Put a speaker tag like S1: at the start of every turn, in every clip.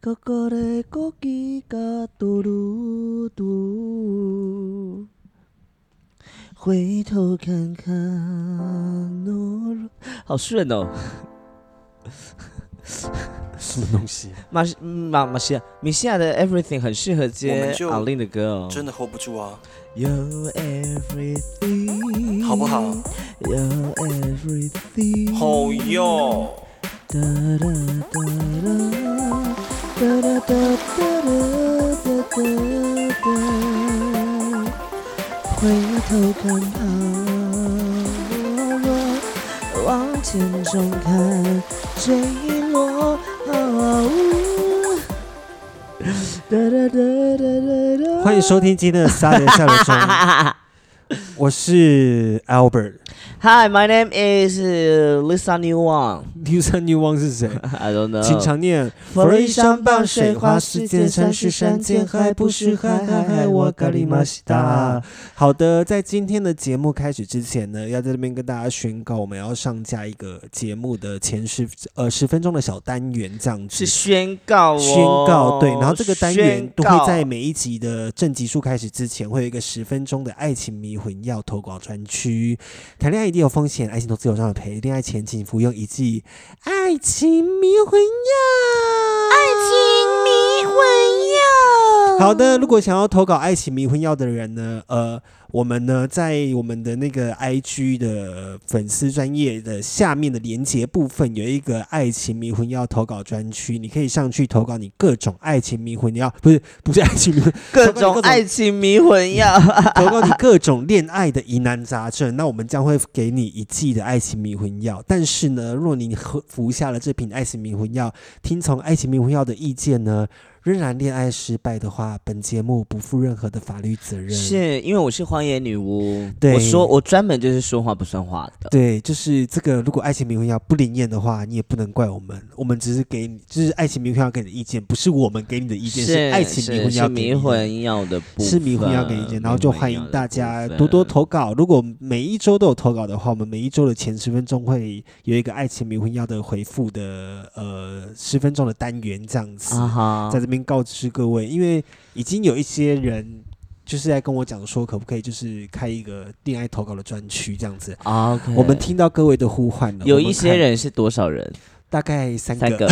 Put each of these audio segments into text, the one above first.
S1: 高高的高低嘎嘟噜嘟，回头看看懦弱，好顺哦。
S2: 什么东西？啊
S1: 马西嗯马马西亚，米西亚的 Everything 很适合
S2: 我
S1: 接
S2: 们就
S1: 阿令的歌哦。
S2: 真的 hold 不住啊，
S1: You everything，
S2: 好不好？
S1: You everything，
S2: 好哟，
S1: 哒哒哒哒哒哒哒哒哒哒哒，回头看旁若往天中看坠落。哒哒哒哒哒哒，
S3: 欢迎收听今天的三连下流中，我是 Albert。
S1: Hi, my name is uh, Lisa New Wang.
S3: 第三女王是谁？
S1: I don't know.
S3: 请常念。
S1: 佛
S3: 呃佛
S1: 利
S3: 利
S1: 山
S3: 山
S1: 傍
S3: 傍
S1: 水
S3: 水
S1: 花
S3: 花
S1: 世
S3: 世
S1: 界
S3: 界，
S1: 山
S3: 山
S1: 是
S3: 是
S1: 山
S3: 山
S1: 间
S3: 间
S1: 海
S3: 海，
S1: 不
S3: 不
S1: 是
S3: 是
S1: 海
S3: 海，
S1: 海
S3: 海
S1: 海
S3: 海
S1: 我
S3: 我
S1: 咖
S3: 咖
S1: 喱
S3: 喱
S1: 玛
S3: 玛
S1: 西
S3: 西
S1: 达
S3: 达。好的，在今天的节目开始之前呢，要在这边跟大家宣告，我们要上架一个节目的前十呃十分钟的小单元，这样子
S1: 是。宣告、哦，
S3: 宣告对，然后这个单元
S1: 宣
S3: 都
S1: 告
S3: 会在每一集的正集数开始之前，会有一个十分钟的爱情迷魂药投稿专区。谈恋爱一定有风险，爱情投资有上的赔，恋爱前请服用一剂爱情迷魂药。爱情迷魂药。好的，如果想要投稿爱情迷魂药的人呢，呃，我们呢在我们的那个 IG 的粉丝专业的下面的连接部分有一个爱情迷魂药投稿专区，你可以上去投稿你各种爱情迷魂药，不是不是爱情迷魂，
S1: 各
S3: 各种
S1: 种爱情迷魂药。
S3: 投稿你各种恋爱的疑难杂症，那我们将会给你一剂的爱情迷魂药。但是呢，若你喝服下了这瓶爱情迷魂药，听从爱情迷魂药的意见呢，仍然恋爱失败的话，本节目不负任何的法律责任。
S1: 是因为我是荒野女巫，
S3: 对
S1: 我说我专门就是说话不算话的。
S3: 对，就是这个。如果爱情迷魂药不灵验的话，你也不能怪我们，我们只是给你，就是爱情迷魂药给你的意见，不是我们给你的意见，
S1: 是
S3: 爱情迷魂
S1: 是
S3: 药
S1: 是
S3: 给你
S1: 迷
S3: 的
S1: 魂药的部分，
S3: 是迷魂药给意见，然后就欢迎大家多多投稿。如果每一周都有投稿的话，我们每一周的前十分钟会有一个爱情迷魂药的回复的呃十分钟的单元这样子，
S1: 啊哈
S3: 在。这边告知各位，因为已经有一些人就是在跟我讲说，可不可以就是开一个恋爱投稿的专区这样子。
S1: 啊 OK，
S3: 我们听到各位的呼唤了，
S1: 有
S3: 我们
S1: 一些
S3: 看
S1: 人是多少人？
S3: 大概三
S1: 三
S3: 个，
S1: 个，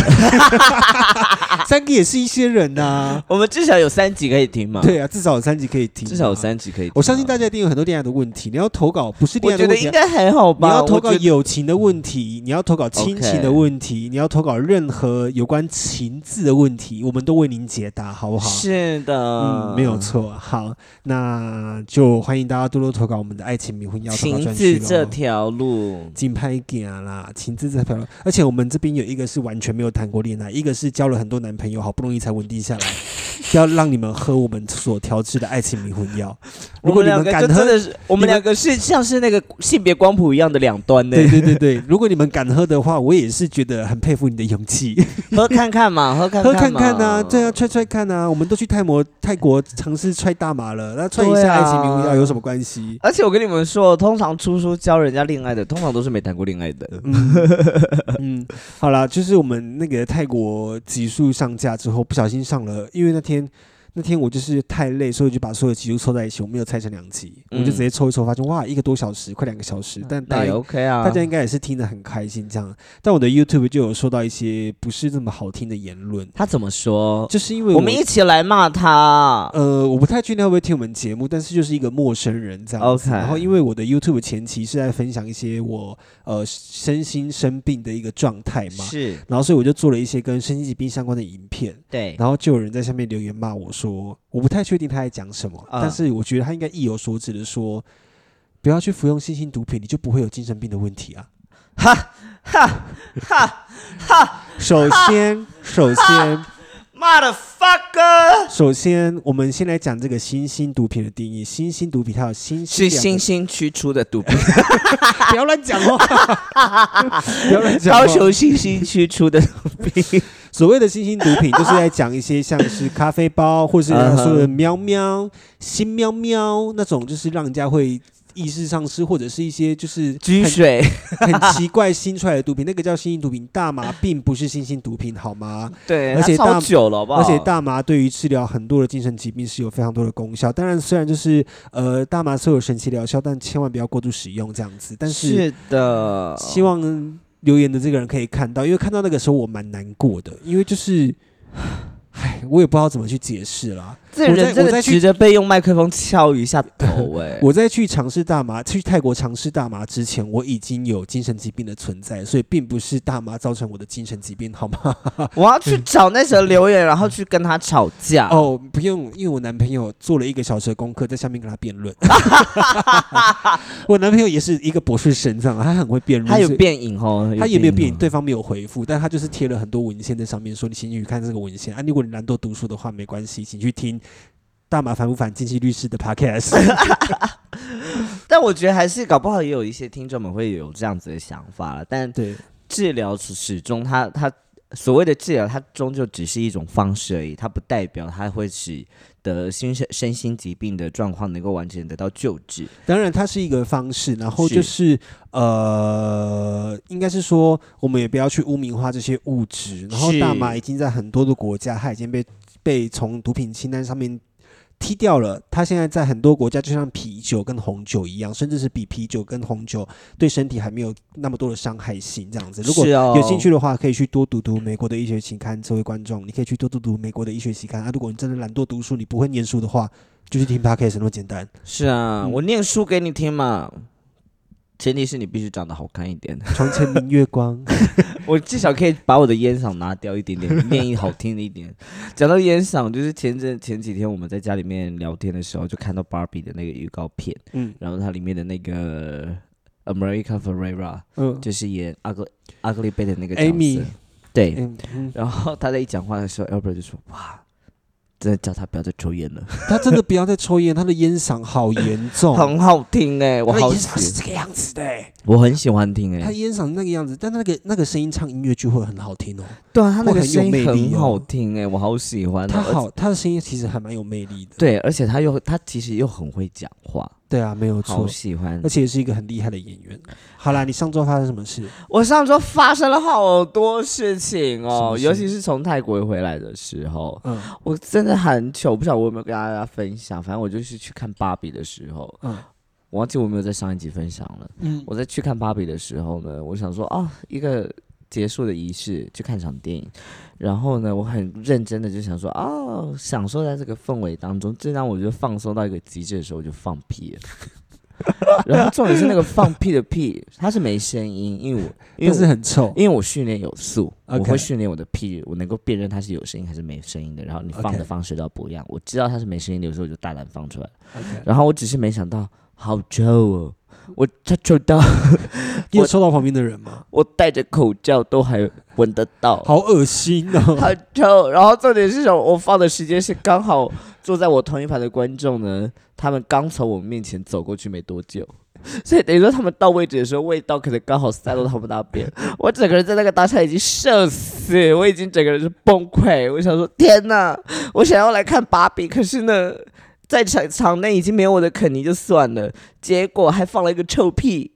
S3: 三个也是一些人呐、
S1: 我们至少有三集可以听嘛？，
S3: 对啊，至少有三集可以听，
S1: 啊至少有。三集可以听嘛。
S3: 我相信大家一定有很多恋爱的问题，你要投稿不是
S1: 我
S3: 恋爱
S1: 觉
S3: 的
S1: 得
S3: 问题
S1: 应
S3: 啊，
S1: 该还好
S3: 你
S1: 吧？
S3: 要投
S1: 我
S3: 稿
S1: 觉得
S3: 友情的问题，你要投稿亲情的问题，你要投稿任何有关情字的问题，我们都为您解答，好不好？
S1: 是啊的，
S3: 嗯，没有。错。好，那就欢迎大家多多投稿我们的爱情迷魂药投稿
S1: 情
S3: 专
S1: 字
S3: 区
S1: 这
S3: 喽。
S1: 条路，
S3: 紧拍点啊啦，情字这条路，而且我们这边有一个是完全没有谈过恋爱，一个是交了很多男朋友，好不容易才稳定下来。要让你们喝我们所调制的爱情迷魂药，如果你
S1: 我两
S3: 们
S1: 个
S3: 敢
S1: 就
S3: 喝
S1: 真的是，我们两个是像是那个性别光谱一样的两端呢。
S3: 对对对对，如果你们敢喝的话，我也是觉得很佩服你的勇气。
S1: 喝看看 嘛，喝看
S3: 喝
S1: 嘛
S3: 看看呐、对啊，，踹踹看呐、我们都去泰国泰国尝试踹大麻了，那踹一
S1: 对
S3: 下
S1: 啊
S3: 爱情迷魂药有什么关系？
S1: 而且我跟你们说，通常出书教人家恋爱的，通常都是没谈过恋爱的。
S3: 嗯 嗯，好啦，就是我们那个泰国集数上架之后，不小心上了，因为那天那天我就是太累，所以就把所有集数凑在一起，我没有拆成两集，我就直接抽一抽，发现哇，一个多小时，快两个小时，但大
S1: 那也
S3: 家
S1: OK 嗯啊，
S3: 大家应该也是听得很开心这样。但我的 YouTube 就有收到一些不是那么好听的言论，
S1: 他怎么说？
S3: 就是因为
S1: 哦我们一起来骂他。
S3: 呃，我不太确定他会不会听我们节目，但是就是一个陌生人这样子。
S1: OK
S3: 然后因为我的 YouTube 前期是在分享一些我呃身心生病的一个状态嘛，
S1: 是
S3: 然后所以我就做了一些跟身心疾病相关的影片，
S1: 对，
S3: 然后就有人在下面留言骂我说，我不太确定他在讲什么，
S1: 啊
S3: 但是我觉得他应该意有所指的说，不要去服用新型毒品，你就不会有精神病的问题啊。首先，首先。
S1: 骂的 fucker
S3: 首先，我们先来讲这个新兴毒品的定义。新兴毒品它有新兴
S1: 是
S3: 两个
S1: 新兴区出的毒品，
S3: 不要乱讲话，不要乱讲话。
S1: 高雄新兴区出的毒品。
S3: 所谓的新兴毒品， 就是在讲一些像是咖啡包，或是人家说
S1: 嗯
S3: 的喵喵、新喵喵那种，就是让人家会意式上市，或者是一些就是
S1: 居
S3: 很
S1: 水，
S3: 很奇怪新出来的毒品，那 个叫新型毒品，大麻并不是新型毒品，好吗？
S1: 对，
S3: 而且
S1: 它超
S3: 大
S1: 久了，好不好？
S3: 而且大麻对于治疗很多的精神疾病是有非常多的功效。当然，虽然就是呃大麻是有神奇疗效，但千万不要过度使用这样子。但是
S1: 是的，
S3: 希望留言的这个人可以看到，因为看到那个时候我蛮难过的，因为就是，唉，我也不知道怎么去解释啦。
S1: 这个
S3: 我再
S1: 人真的
S3: 我再去
S1: 值得被用麦克风敲一下头哎、
S3: 我在去尝试大麻，去泰国尝试大麻之前，我已经有精神疾病的存在，所以并不是大麻造成我的精神疾病，好吗？
S1: 我要去找那则留言，然后去跟他吵架。
S3: 哦，不用，因为我男朋友做了一个小时的功课，在下面跟他 辩论。 我男朋友也是一个博士生，这样他很会辩论，
S1: 他有
S3: 所以
S1: 变影哦，
S3: 他也没有
S1: 变
S3: 啊辩，
S1: 影哦
S3: 对方没有回复，但他就是贴了很多文献在上面，说你请你去看这个文献啊。如果你懒惰读书的话，没关系，请去听大麻烦不烦经济律师的 podcast。
S1: 但我觉得还是搞不好也有一些听众们会有这样子的想法了。但
S3: 对，
S1: 治疗始始终它，它所谓的治疗，它终究只是一种方式而已，它不代表它会使得心身身心疾病的状况能够完全得到救治。
S3: 当然它是一个方式，然后
S1: 是
S3: 就是呃，应该是说我们也不要去污名化这些物质，然后
S1: 是
S3: 大麻已经在很多的国家，它已经被被从毒品清单上面。踢掉了，它现在在很多国家，就像啤酒跟红酒一样，甚至是比啤酒跟红酒对身体还没有那么多的伤害性。这样子，如果
S1: 是哦
S3: 有兴趣的话，可以去多读读美国的医学期刊。这位观众，你可以去多读读美国的医学期刊啊。如果你真的懒惰读书，你不会念书的话，就去听 podcast，那么简单。
S1: 是啊，
S3: 嗯
S1: 我念书给你听嘛。前提是你必须长得好看一点，
S3: 床前明月光。
S1: 我至少可以把我的烟嗓拿掉一点点，念一好听一 点。讲到烟嗓，就是前阵前几天我们在家里面聊天的时候，就看到 Barbie 的那个预告片，
S3: 嗯
S1: 然后它里面的那个 America Ferrera
S3: 嗯
S1: 就是演 Ugly Ugly Betty 的那个角色
S3: Amy
S1: 对，
S3: 嗯 嗯，
S1: 然后他在一讲话的时候，Albert 就说：“哇，真的叫他不要再抽烟了，
S3: 他真的不要再抽烟，他的烟嗓好严重，
S1: 很好听哎、我
S3: 哦他的
S1: 好
S3: 烟嗓是
S1: 喜，
S3: 这个样子的、欸，
S1: 我很喜欢听哎、
S3: 他烟嗓是那个样子，但那个那个声音唱音乐剧会很好听哦，
S1: 对啊，他那
S3: 会
S1: 个
S3: 很有
S1: 声
S3: 魅
S1: 音很
S3: 力哦
S1: 好听哎、我好喜欢哦、
S3: 他
S1: 而且
S3: 好，他的声音其实还蛮有魅力的，
S1: 对，而且他又他其实又很会讲话，
S3: 对啊，没有
S1: 好
S3: 错，
S1: 喜欢
S3: 而。且也是一个很厉害的演员。好啦，你上周发生什么事？
S1: 我上周发生了好多事情哦，
S3: 什么
S1: 尤
S3: 事
S1: 其是从泰国回来的时候，
S3: 嗯
S1: 我真的很糗，不晓得我有没有跟大家分享。反正我就是去看芭比的时候，
S3: 嗯
S1: 我忘记我有没有在上一集分享了。
S3: 嗯
S1: 我在去看芭比的时候呢，我想说啊、一个结束的仪式，去看场电影。然后呢，我很认真的就想说，哦，享受在这个氛围当中，正当我觉得放松到一个极致的时候，我就放屁了。然后重点是那个放屁的屁，它是没声音，因为我因
S3: 但
S1: 为
S3: 是
S1: 我
S3: 很臭，
S1: 因为我训练有素
S3: OK
S1: 我会训练我的屁，我能够辨认它是有声音还是没声音的。然后你放
S3: OK
S1: 的方式都要不一样。我知道它是没声音的，有时候我就大胆放出来。
S3: OK
S1: 然后我只是没想到，好臭哦！我它臭到
S3: 你有抽到旁边的人吗？
S1: 我戴着口罩都还闻得到，
S3: 好恶心 哦！
S1: 很臭。然后重点是什么？我放的时间是刚好坐在我同一排的观众呢，他们刚从我面前走过去没多久。所以等于说，他们到位置的时候，味道可能刚好塞到他们那边。我整个人在那个当下已经社死，我已经整个人是崩溃。我想说，天哪！我想要来看芭比，可是呢，在场场内已经没有我的肯尼就算了，结果还放了一个臭屁，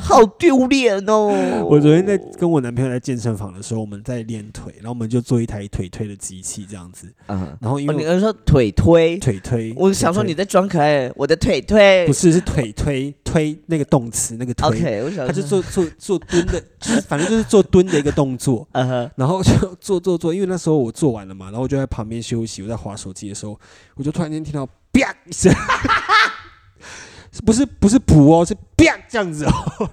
S1: 好丢脸哦！
S3: 我昨天在跟我男朋友在健身房的时候，我们在练腿，然后我们就做一台腿推的机器这样子，
S1: 嗯，
S3: 然后因
S1: 哦，你
S3: 为
S1: 刚说腿推，
S3: 腿推，
S1: 我想说
S3: 腿推
S1: 你在装可爱，我的腿推
S3: 不是，是腿推推那个动词那个推
S1: OK，我想嗯
S3: 他就做做做蹲的，就是反正就是做蹲的一个动作，
S1: 呃呵，
S3: 然后就做做做，因为那时候我做完了嘛，然后我就在旁边休息，我在划手机的时候，我就突然间听到啪一声， 不是不是噗哦，是啪这样子哦。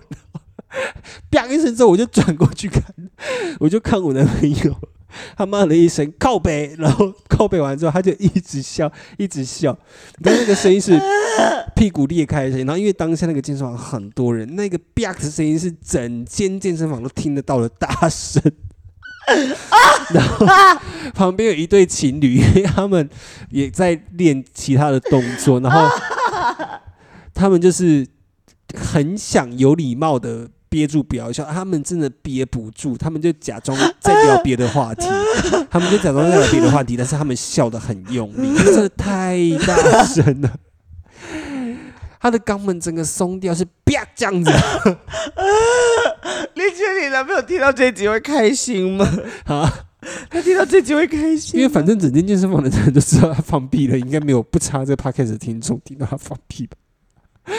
S3: 啪一声之后，我就转过去看，我就看我男朋友，他妈的一声靠背，然后靠背完之后，他就一直笑，一直笑，但那个声音是屁股裂开的声音。然后因为当下那个健身房很多人，那个啪的声音是整间健身房都听得到的大声。然后旁边有一对情侣， 因为他们也在练其他的动作，然后他们就是很想有礼貌的憋住不要笑，他们真的憋不住，他们就假装在聊别的话题，他们就假装在聊别的话题，但是他们笑得很用力，真的太大声了。他的肛门整个松掉，是啪这样子。
S1: 你觉得你男朋友听到这集会开心吗？
S3: 啊，
S1: 他听到这集会开心
S3: 因为反正整间健身房的人都知道他放屁了，应该没有不差这 podcast 的听众听到他放屁 吧。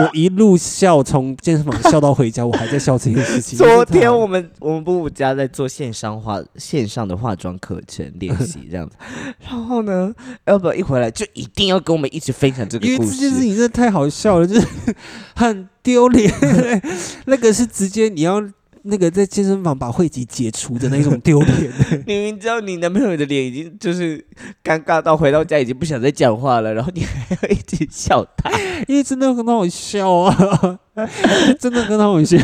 S3: 我一路笑，从健身房笑到回家，我还在笑这件事 情。
S1: 昨天我们我们布布家在做线上化线上的化妆课程练习这样 子，然后呢，要不一回来就一定要跟我们一直分享这个
S3: 因为
S1: 故
S3: 这件事
S1: 事。
S3: 情真的太好笑了，就是很丢脸。 那个是直接你要那个在健身房把会籍解除的那种丢 脸。
S1: 明明知道你男朋友的脸已经就是尴尬到回到家已经不想再讲话了，然后你还要一直笑他，
S3: 因为真的很好笑啊， 真的很好笑。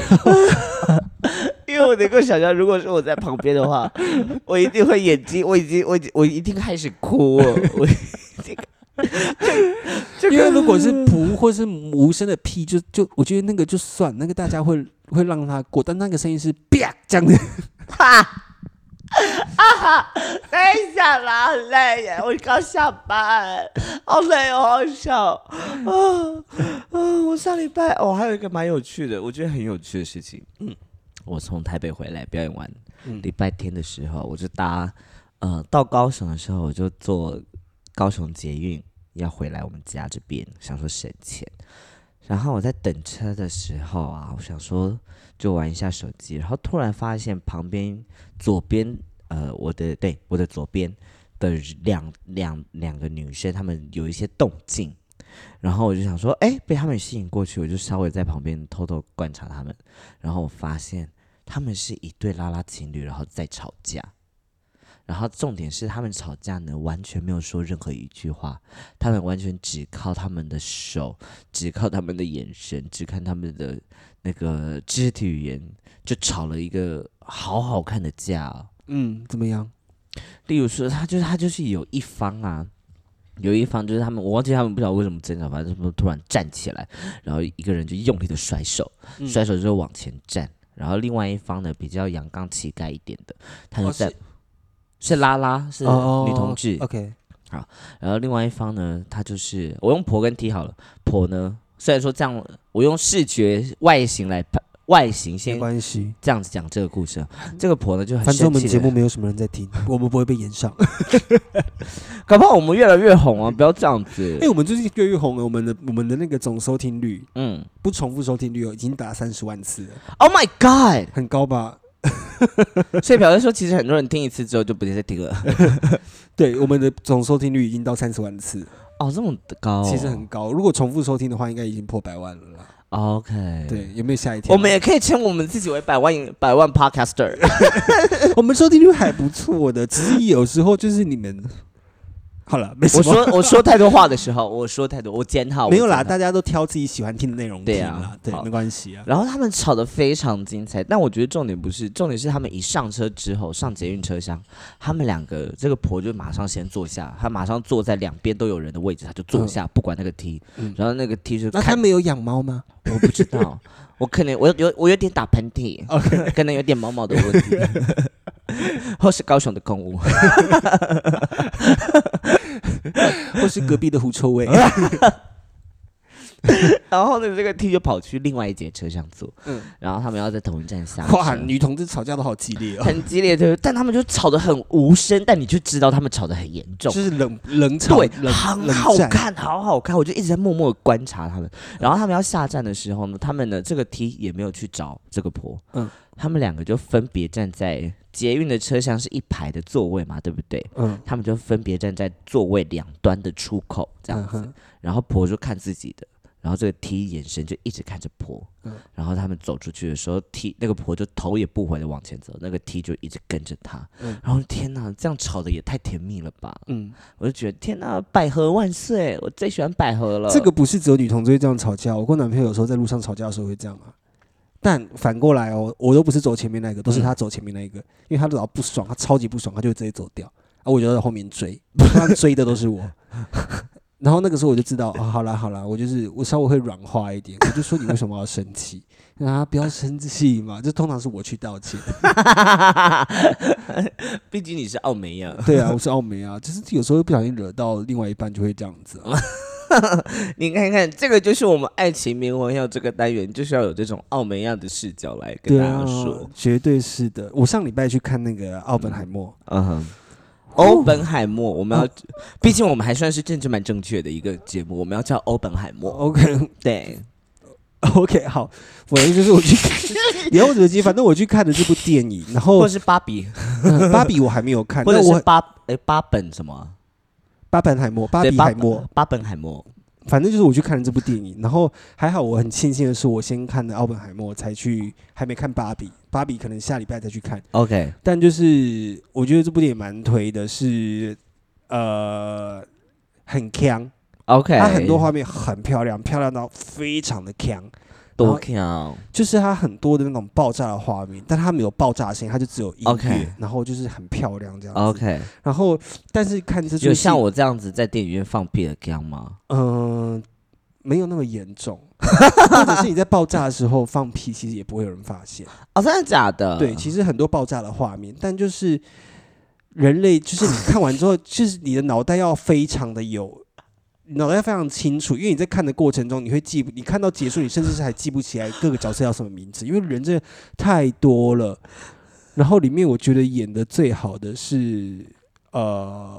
S1: 因为我能够想象，如果是我在旁边的话，我一定会眼睛，我已经，我已经，我一定开始哭了，我 这个这这
S3: 因
S1: 个
S3: 为如果是噗或是无声的屁，就就我觉得那个就算，那个大家会会让他过，但那个声音是啪这样的，
S1: 哈啊！等一下啦，很累耶，我刚下班，好累哦，好想啊啊！我上礼拜哦，还有一个蛮有趣的，我觉得很有趣的事情，嗯，我从台北回来表演完，
S3: 嗯
S1: 礼拜天的时候，我就搭呃到高雄的时候，我就坐高雄捷运要回来我们家这边，想说省钱。然后我在等车的时候啊，我想说就玩一下手机，然后突然发现旁边左边呃我的对我的左边的两两两个女生，她们有一些动静，然后我就想说，哎，被她们吸引过去，我就稍微在旁边偷偷观察她们，然后我发现她们是一对拉拉情侣，然后在吵架。然后重点是，她们吵架呢，完全没有说任何一句话，她们完全只靠她们的手，只靠她们的眼神，只看她们的那个肢体语言，就吵了一个好好看的架、哦。
S3: 嗯，怎么样？
S1: 例如说，他就是他就是有一方啊，有一方就是他们，我忘记他们不知道为什么争吵，反正他们突然站起来，然后一个人就用力的甩手，
S3: 嗯
S1: 甩手之后往前站，然后另外一方呢比较阳刚气概一点的，他就
S3: 哦
S1: 在、
S3: 是
S1: 是拉拉是
S3: 哦
S1: 嗯女同志，
S3: OK，
S1: 然后另外一方呢，他就是我用婆跟 T 好了，婆呢虽然说这样，我用视觉外形来判外形
S3: 没
S1: 先
S3: 关系。
S1: 这样子讲这个故事，啊这个婆呢就很
S3: 反正
S1: 生
S3: 我们
S1: 气
S3: 节
S1: 了
S3: 目。没有什么人 在听，我们不会被延上。
S1: 搞不好我们越来越红啊！不要这样子
S3: 哎、。 我们最近越来越红了，我们的我们的那个总收听率，
S1: 嗯
S3: 不重复收听率哦，已经达三十万次了，
S1: ，Oh my God！
S3: 很高吧？
S1: 所以表示说，其实很多人听一次之后就不再听 了。
S3: 对，我们的总收听率已经到三十万次，
S1: 哦，这么高哦、
S3: 其实很高。啊如果重复收听的话，应该已经破百万了啦。
S1: OK。，
S3: 对，有没有吓一跳？
S1: 我们也可以称我们自己为百万百万 Podcaster。
S3: 我们收听率还不错的，只是有时候就是你们好了，没什
S1: 我
S3: 么，
S1: 说我说太多话的时候，我说太多，我检讨。
S3: 没有
S1: 我
S3: 啦，
S1: 检讨
S3: 大家都挑自己喜欢听的内容听
S1: 对啊
S3: 啦，对,、
S1: 好
S3: 没关系啊。
S1: 然后他们吵得非常精彩，但我觉得重点不是，重点是他们一上车之后，上捷运车厢，他们两个这个婆就马上先坐下，她马上坐在两边都有人的位置，她就坐下，不管那个 T，、
S3: 嗯
S1: 然后那个 T 就
S3: 那
S1: 看
S3: 他们有养猫吗？
S1: 我不知 道，我可能我有我有点打喷嚏可能有点毛毛的问 题，或是高雄的公务。
S3: 或是隔壁的狐 臭味？
S1: 哎然后呢，这个 T 就跑去另外一节车厢坐，
S3: 嗯
S1: 然后他们要在同一站下车。
S3: 哇，女同志吵架都好激烈哦，
S1: 啊很激烈的，但他们就吵得很无声，但你就知道他们吵得很严重
S3: 就。是冷冷吵，
S1: 对，
S3: 冷
S1: 很
S3: 冷
S1: 好
S3: 战。
S1: 看，好好看。我就一直在默默地观察他们。然后他们要下站的时候呢，他们呢这个 T 也没有去找这个婆，
S3: 嗯
S1: 嗯，他们两个就分别站在捷运的车厢是一排的座位嘛，对不对？
S3: 嗯，
S1: 他们就分别站在座位两端的出口这样子，
S3: 嗯哼
S1: 然后婆就看自己的，然后这个 T 眼神就一直看着婆，
S3: 嗯
S1: 然后他们走出去的时候，T 那个婆就头也不回的往前走，那个 T 就一直跟着他，
S3: 嗯
S1: 然后天哪，这样吵的也太甜蜜了吧！
S3: 嗯，
S1: 我就觉得天哪，百合万岁，我最喜欢百合了。
S3: 这个不是只有女同志会这样吵架，我跟我男朋友有时候在路上吵架的时候会这样啊。但反过来哦，我都不是走前面那一个，
S1: 嗯
S3: 都是他走前面那一个，因为他只要不爽，他超级不爽，他就会直接走掉，啊，我就在后面追，他追的都是我。 然后那个时候我就知道，啊，好啦好啦，我就是我稍微会软化一点，我就说你为什么要生气？ 让他不要生气嘛，就通常是我去 道歉。
S1: 毕竟你是奥梅呀，
S3: 哦对啊，我是奥美啊，就是有时候不小心惹到另外一半就会这样子、啊。
S1: 你看看，这个就是我们爱情迷魂药这个单元，就是要有这种澳门样的视角来跟
S3: 对
S1: 大
S3: 啊
S1: 家说。，
S3: 绝对是的。我上礼拜去看那个《奥本海默
S1: 嗯哼。欧本海默，我们要，毕竟我们还算是政治蛮正确的一个节目，我们要叫欧本海》默。
S3: ，OK
S1: 对，
S3: OK，好，反正就是我去， 以后手机，反正我去看的这部电影，然后
S1: 或是芭比，
S3: 嗯芭比我还没有看，
S1: 哦或者
S3: 但
S1: 是
S3: 我
S1: 巴哎巴本什么啊？
S3: 巴本海默，巴
S1: 对
S3: 比海默，，
S1: 巴本海默。
S3: 反正就是我去看了这部电影，然后还好，我很庆幸的是，我先看的奥本海默，才去还没看芭比，芭比可能下礼拜再去看。
S1: OK，
S3: 但就是我觉得这部电影蛮推的是，呃很强，
S1: OK，
S3: 它很多画面很漂亮，漂亮到非常的强，然
S1: 多
S3: 后
S1: 强
S3: 就是它很多的那种爆炸的画面，但它没有爆炸声，它就只有音乐
S1: OK
S3: 然后就是很漂亮这样子。
S1: ，OK，
S3: 然后但是看这出
S1: 有像
S3: 戏，
S1: 我这样子在电影院放屁的这样吗？
S3: 嗯、没有那么 严重，或者是你在爆炸的时候放屁，其实也不会有人发现。
S1: 哦，真的假的？
S3: 对，其实很多爆炸的画面，但就是人类，就是你看完之 后，就是你的脑袋要非常的有，脑袋非常清楚，因为你在看的过程中，你会记不，你看到结束，你甚至是还记不起来各个角色叫什么名字，因为人真的太多了。然后里面我觉得演的最好的是呃，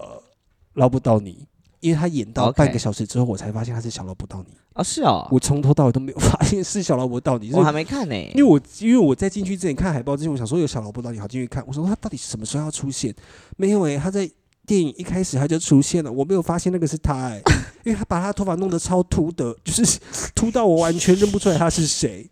S3: 捞不到你。因为他演到
S1: OK
S3: 半个小时之后，我才发现他是小萝卜到你。
S1: 哦是哦，
S3: 我从头到尾都没有发现是小萝卜到你，所
S1: 我
S3: 以
S1: 还没看呢。
S3: 因为我因为我在进去之前看海报之前，我想说有小萝卜到底好进去看，我想说他到底什么时候要出现？没有诶、欸他在电影一开始他就出现了，我没有发现那个是他诶、因为他把他头发弄得超秃的，就是 秃到我完全认不出来他是谁。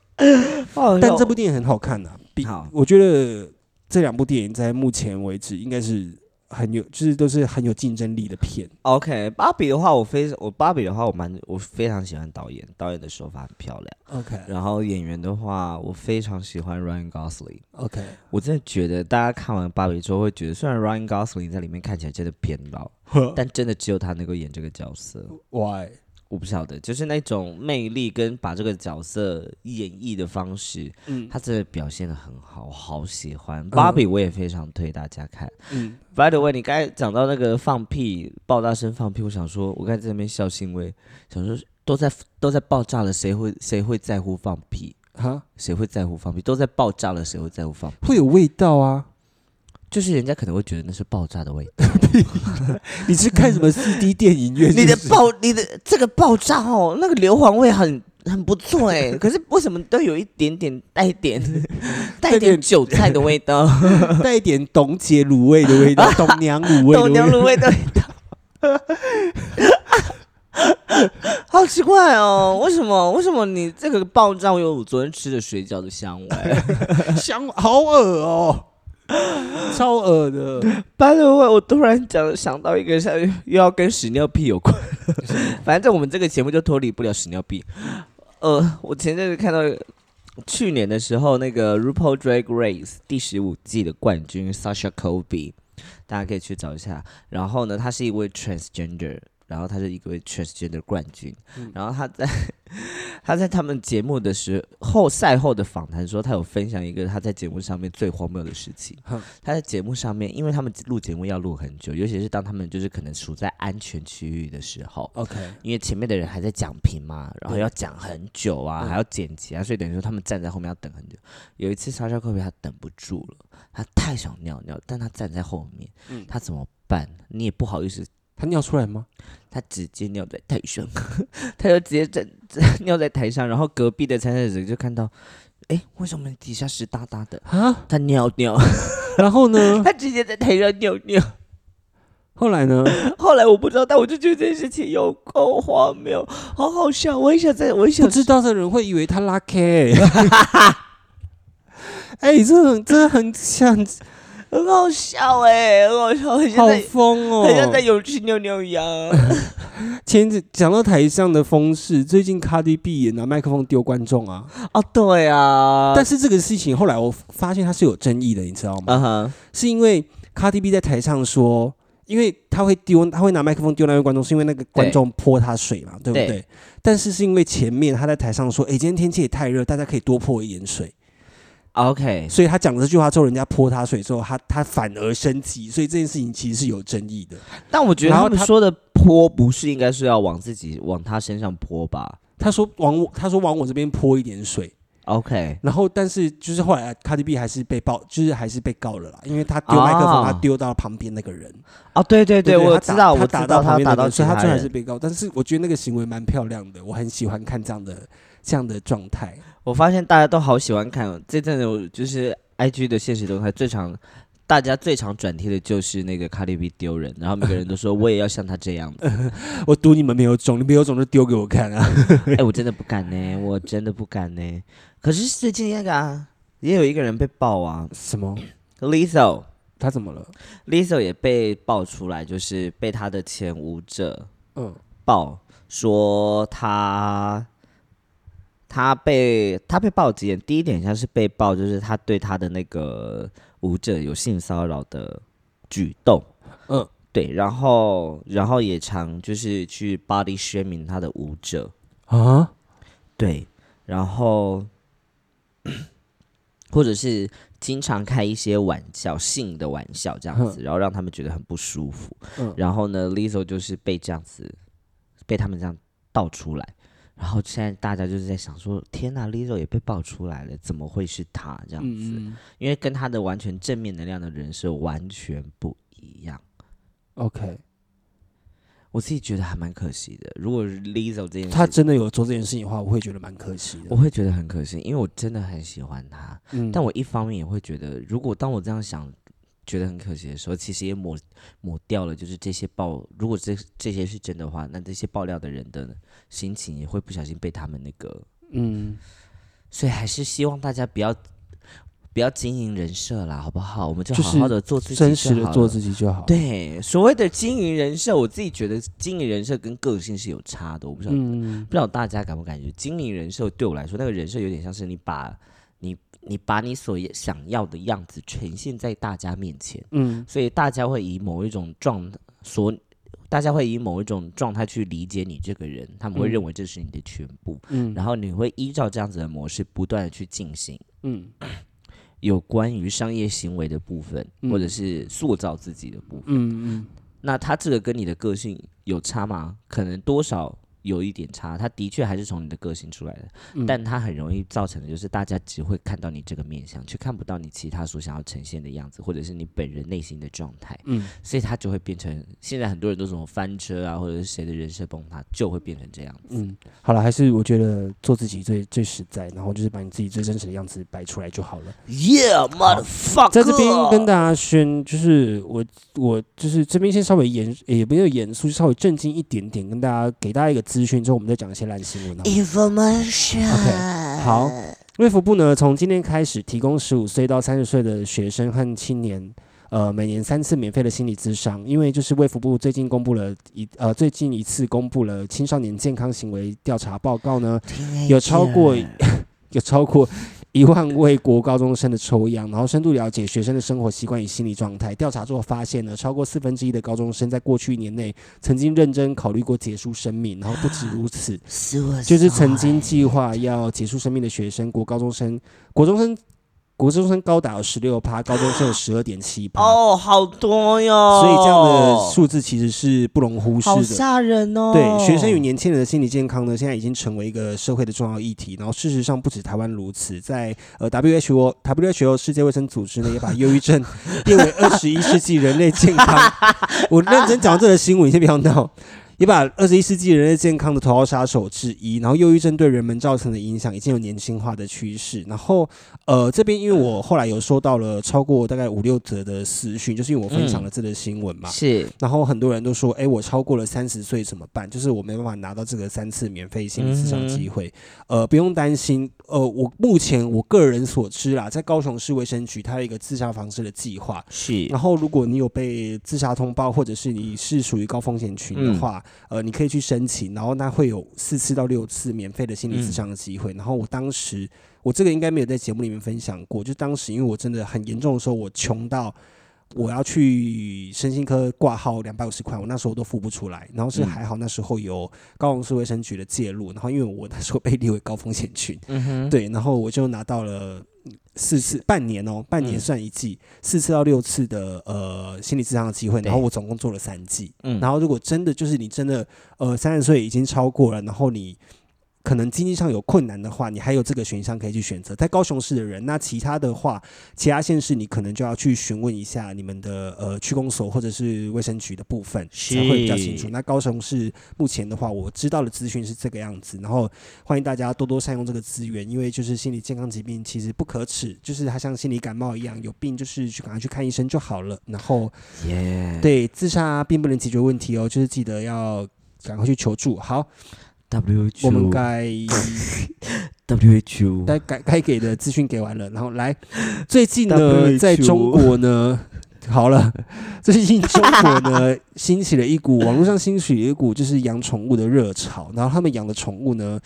S1: 哦
S3: 但这部电影很好看呐、啊，比
S1: 好
S3: 我觉得这两部电影在目前为止应该是很有，就是都是很有竞争力的片。
S1: OK，芭比的话，我非我芭比的话，我蛮我非常喜欢导演，导演的手法很漂亮。
S3: OK
S1: 然后演员的话，我非常喜欢 Ryan Gosling。
S3: OK，
S1: 我真的觉得大家看完芭比之后会觉得，虽然 Ryan Gosling 在里面看起来真的偏老，但真的只有他能够演这个角色。
S3: Why？
S1: 我不晓得，就是那种魅力跟把这个角色演绎的方式，
S3: 嗯
S1: 他真的表现的很好，我好喜欢。芭比我也非常推大家看。
S3: 嗯，
S1: By the way，你刚才讲到那个放屁、爆炸声放屁，我想说，我刚才在那边笑欣慰，想说都在都在爆炸了，谁会谁会在乎放屁？
S3: 哈，
S1: 谁会在乎放屁？都在爆炸了，谁会在乎放屁？
S3: 会有味道啊。
S1: 就是人家可能会觉得那是爆炸的味道。
S3: 你是看什么四 D 电影院是不是？
S1: 你的爆，你的这个爆炸哦，那个硫磺味很很不错 哎，可是为什么都有一点点带一 点带一点韭菜的味道，
S3: 带一点董姐卤味的 味道，董娘卤味的
S1: 豆
S3: 味
S1: 娘
S3: 道。
S1: 卤味的味道， 好奇怪哦，为什么为什么你这个爆炸有我昨天吃的水饺的香味？
S3: 香好恶哦、超恶的。
S1: by the way，我突然讲想到一个像又要跟屎尿屁有关，反正我们这个节目就脱离不了屎尿屁。呃，我前阵子看到去年的时候，那个 RuPaul Drag Race 第十五季的冠军 Sasha Colby，大家可以去找一下。然后呢，她是一位 transgender，然后她是一位 transgender 冠军。然后她在 她在他们节目的时后赛后的访谈说，她有分享一个她在节目上面最荒谬的事情。他在节目上面，因为他们录节目要录很久，尤其是当他们就是可能处在安全区域的时候，
S3: OK，
S1: 因为前面的人还在讲评嘛，然后
S3: 对
S1: 要讲很久啊，
S3: 嗯
S1: 还要剪辑啊，所以等于说他们站在后面要等很久。有一次莎莎科比她等不住了，她太想尿尿，但她站在后面，
S3: 嗯
S1: 她怎么办？你也不好意思，
S3: 他尿出来吗？
S1: 她直接尿在台上， 她就直接站尿在台上，然后隔壁的参赛者就看到，哎，为什么底下湿哒哒的？
S3: 啊，
S1: 她尿 尿，
S3: 然后 呢？
S1: 她直接在台上尿尿。
S3: 后来呢？
S1: 后来我不知道，但我就觉得这件事情有够荒谬，好好笑。我也想在，我也
S3: 不
S1: 想
S3: 知道的人会以为他 拉 K、欸。哎、这很真的很像，
S1: 很好笑哎、很好笑，很像
S3: 好
S1: 在，
S3: 疯哦、
S1: 很像在泳池尿尿一样。
S3: 前阵讲到台上的风势，最近 Cardi B 也拿麦克风丢观众啊。
S1: 哦，对啊，
S3: 但是这个事情后来我发现它是有争议的，你知道吗？
S1: 嗯哼，
S3: 是因为 Cardi B 在台上说，因为他会丢，他会拿麦克风丢那位观众，是因为那个观众泼他水嘛，对不对？
S1: 对
S3: 但是是因为前面他在台上说，哎、今天天气也太热，大家可以多泼一点水，
S1: ，OK，
S3: 所以他讲了这句话之后，人家泼他水之后，他他反而生气，所以这件事情其实是有争议的。
S1: 但我觉得
S3: 然后
S1: 他们
S3: 他
S1: 说的泼不是应该是要往自己往他身上泼吧
S3: 他说往我，他说往我这边泼一点水，
S1: ？OK，
S3: 然后但是就是后来卡 a B 还是被爆，就是还是被告了啦，因为他丢麦克风，
S1: 啊
S3: 他丢到旁边那个人。
S1: 哦，对对对，我
S3: 他
S1: 知
S3: 打
S1: 道，
S3: 他
S1: 我知
S3: 打
S1: 道
S3: 旁
S1: 他
S3: 边
S1: 打
S3: 的
S1: 到
S3: 人
S1: 其
S3: 所以他最后还
S1: 人
S3: 是被告。但是我觉得那个行为蛮漂亮的，我很喜欢看这样的这样的状态。
S1: 我发现大家都好喜欢看这阵子，我就是 IG 的现实动态最常，大家最常转贴的就是那个卡利比丢人，然后每个人都 说我也要像他这样子。
S3: 我赌你们没有种，你们有种就丢给我看啊！
S1: 哎，我真的不敢呢，我真的不敢呢。可是最近那个啊，也有一个人被爆啊
S3: 什么？
S1: ，Lizzo。
S3: 他怎么了？
S1: Lizzo 也被爆出来，就是被她的前舞者
S3: 嗯，
S1: 爆说她，她被她被爆几点？第一点像是被爆，就是她对她的那个舞者有性骚扰的举动。
S3: 嗯，
S1: 对，然后然后也常就是去 body shaming 她的舞者。
S3: 啊，
S1: 对，然后或者是经常开一些玩笑，性的玩笑这样子，然后让他们觉得很不舒服。
S3: 嗯
S1: 然后呢，Lizzo 就是被这样子，被他们这样爆出来。然后现在大家就是在想说，天呐，Lizzo 也被爆出来了，怎么会是他这样子？
S3: 嗯嗯
S1: 因为跟他的完全正面能量的人是完全不一样。
S3: ，OK，
S1: 我自己觉得还蛮可惜的。如果 Lizzo 这件事，
S3: 嗯他真的有做这件事情的话，我会觉得蛮可惜
S1: 我
S3: 的。
S1: 会觉得很可惜，因为我真的很喜欢他。
S3: 嗯，
S1: 但我一方面也会觉得，如果当我这样想，觉得很可惜的时候，其实也抹抹掉了，就是这些爆，如果这这些是真的话，那这些爆料的人的心情也会不小心被他们那个，
S3: 嗯，
S1: 所以还是希望大家不要不要经营人设啦，好不好？我们就
S3: 就
S1: 好好
S3: 是
S1: 的做自己就好
S3: 真
S1: 了，
S3: 实的做自己就好。，
S1: 对，所谓的经营人设，我自己觉得经营人设跟个性是有差的，我不知道
S3: 嗯
S1: 不知道大家感不感觉，经营人设对我来说，那个人设有点像是你把你你把你所想要的样子呈现在大家面前，
S3: 嗯，
S1: 所以大家会以某一种状所，大家会以某一种状态去理解你这个人，他们会
S3: 嗯
S1: 认为这是你的全部，
S3: 嗯
S1: 然后你会依照这样子的模式不断的去进行。
S3: 嗯
S1: 有关于商业行为的部分，
S3: 嗯
S1: 或者是塑造自己的部分，
S3: 嗯嗯
S1: 那他这个跟你的个性有差吗？可能多少有一点差，他的确还是从你的个性出来的，
S3: 嗯
S1: 但他很容易造成的就是大家只会看到你这个面相，却看不到你其他所想要呈现的样子，或者是你本人内心的状态，
S3: 嗯，
S1: 所以他就会变成现在很多人都什么翻车啊，或者是谁的人设崩塌，就会变成这样子。
S3: 嗯，好了，还是我觉得做自己最最实在，然后就是把你自己最真实的样子摆出来就好了。
S1: Yeah, motherfucker！
S3: 在这边跟大家宣，就是我我就是这边先稍微严，也不是严肃，就稍微震惊一点点，跟大家给大家一个资讯之后，我们再讲一些烂新 闻好吗。
S1: information。
S3: OK，好，卫福部呢，从今天开始提供十五岁到三十岁的学生和青年，呃，每年三次免费的心理咨商。因为就是卫福部最近公布了一呃，最近一次公布了青少年健康行为调查报告呢，有超过 有超过一万位国高中生的抽样，然后深度了解学生的生活习惯与心理状态。调查之后发现呢，超过四分之一的高中生在过去一年内曾经认真考虑过结束生命，然后不止如此，就是曾经计划要结束生命的学生，国高中生、国中生、国中生高达有十六趴，高中生有十二点七趴。
S1: 哦，好多哟！
S2: 哦
S3: 所以这样的数字其实是不容忽视
S1: 好
S3: 的。
S1: 吓人哦！
S3: 对学生与年轻人的心理健康呢，现在已经成为一个社会的重要议题。然后事实上，不止台湾如此，在呃 WHO WHO 世界卫生组织呢，也把忧郁症列为二十一世纪人类健康。我认真讲这个新闻，你先不要闹。也把二十一世纪人类健康的头号杀手之一，然后忧郁症对人们造成的影响已经有年轻化的趋势。然后，呃，这边因为我后来有收到了超过大概五六则的私讯，就是因为我分享了这个新闻嘛，
S1: 是
S3: 然后很多人都说，哎，我超过了三十岁怎么办？就是我没办法拿到这个三次免费心理咨商机会。呃，不用担心。呃，我目前我个人所知啦，在高雄市卫生局，它有一个自杀防治的计划。
S1: 是
S3: 然后，如果你有被自杀通报，或者是你是属于高风险群的话，呃，你可以去申请，然后那会有四次到六次免费的心理咨商的机会。然后我当时，我这个应该没有在节目里面分享过，就当时因为我真的很严重的时候，我穷到我要去身心科挂号两百五十块，我那时候都付不出来。然后是还好那时候有高雄市卫
S1: 嗯
S3: 生局的介入，然后因为我那时候被列为高风险群，对，然后我就拿到了四次半年哦，半年算一季，四次到六次的呃心理智商的机会，然
S1: 嗯
S3: 后
S1: 对
S3: 我总共做了三季。
S1: 嗯
S3: 然后如果真的就是你真的呃三十岁已经超过了，然后你可能经济上有困难的话，你还有这个选项可以去选择。在高雄市的人，那其他的话，其他县市你可能就要去询问一下你们的呃区公所或者是卫生局的部分，
S1: 是
S3: 才会比较清楚。那高雄市目前的话，我知道的资讯是这个样子，然后欢迎大家多多善用这个资源，因为就是心理健康疾病其实不可耻，就是它像心理感冒一样，有病就是去赶快去看医生就好了。然后
S1: 耶，
S3: 对，自杀并不能解决问题哦，就是记得要赶快去求助。好，
S1: w
S3: 我们该
S1: WHO
S3: 该该该给的资讯给完了，然后来，最近呢，
S1: WHO
S3: 在中国呢，好了， 最近中国呢兴起了一股网络上兴起了一股就是养宠物的热潮，然后他们养的宠物呢，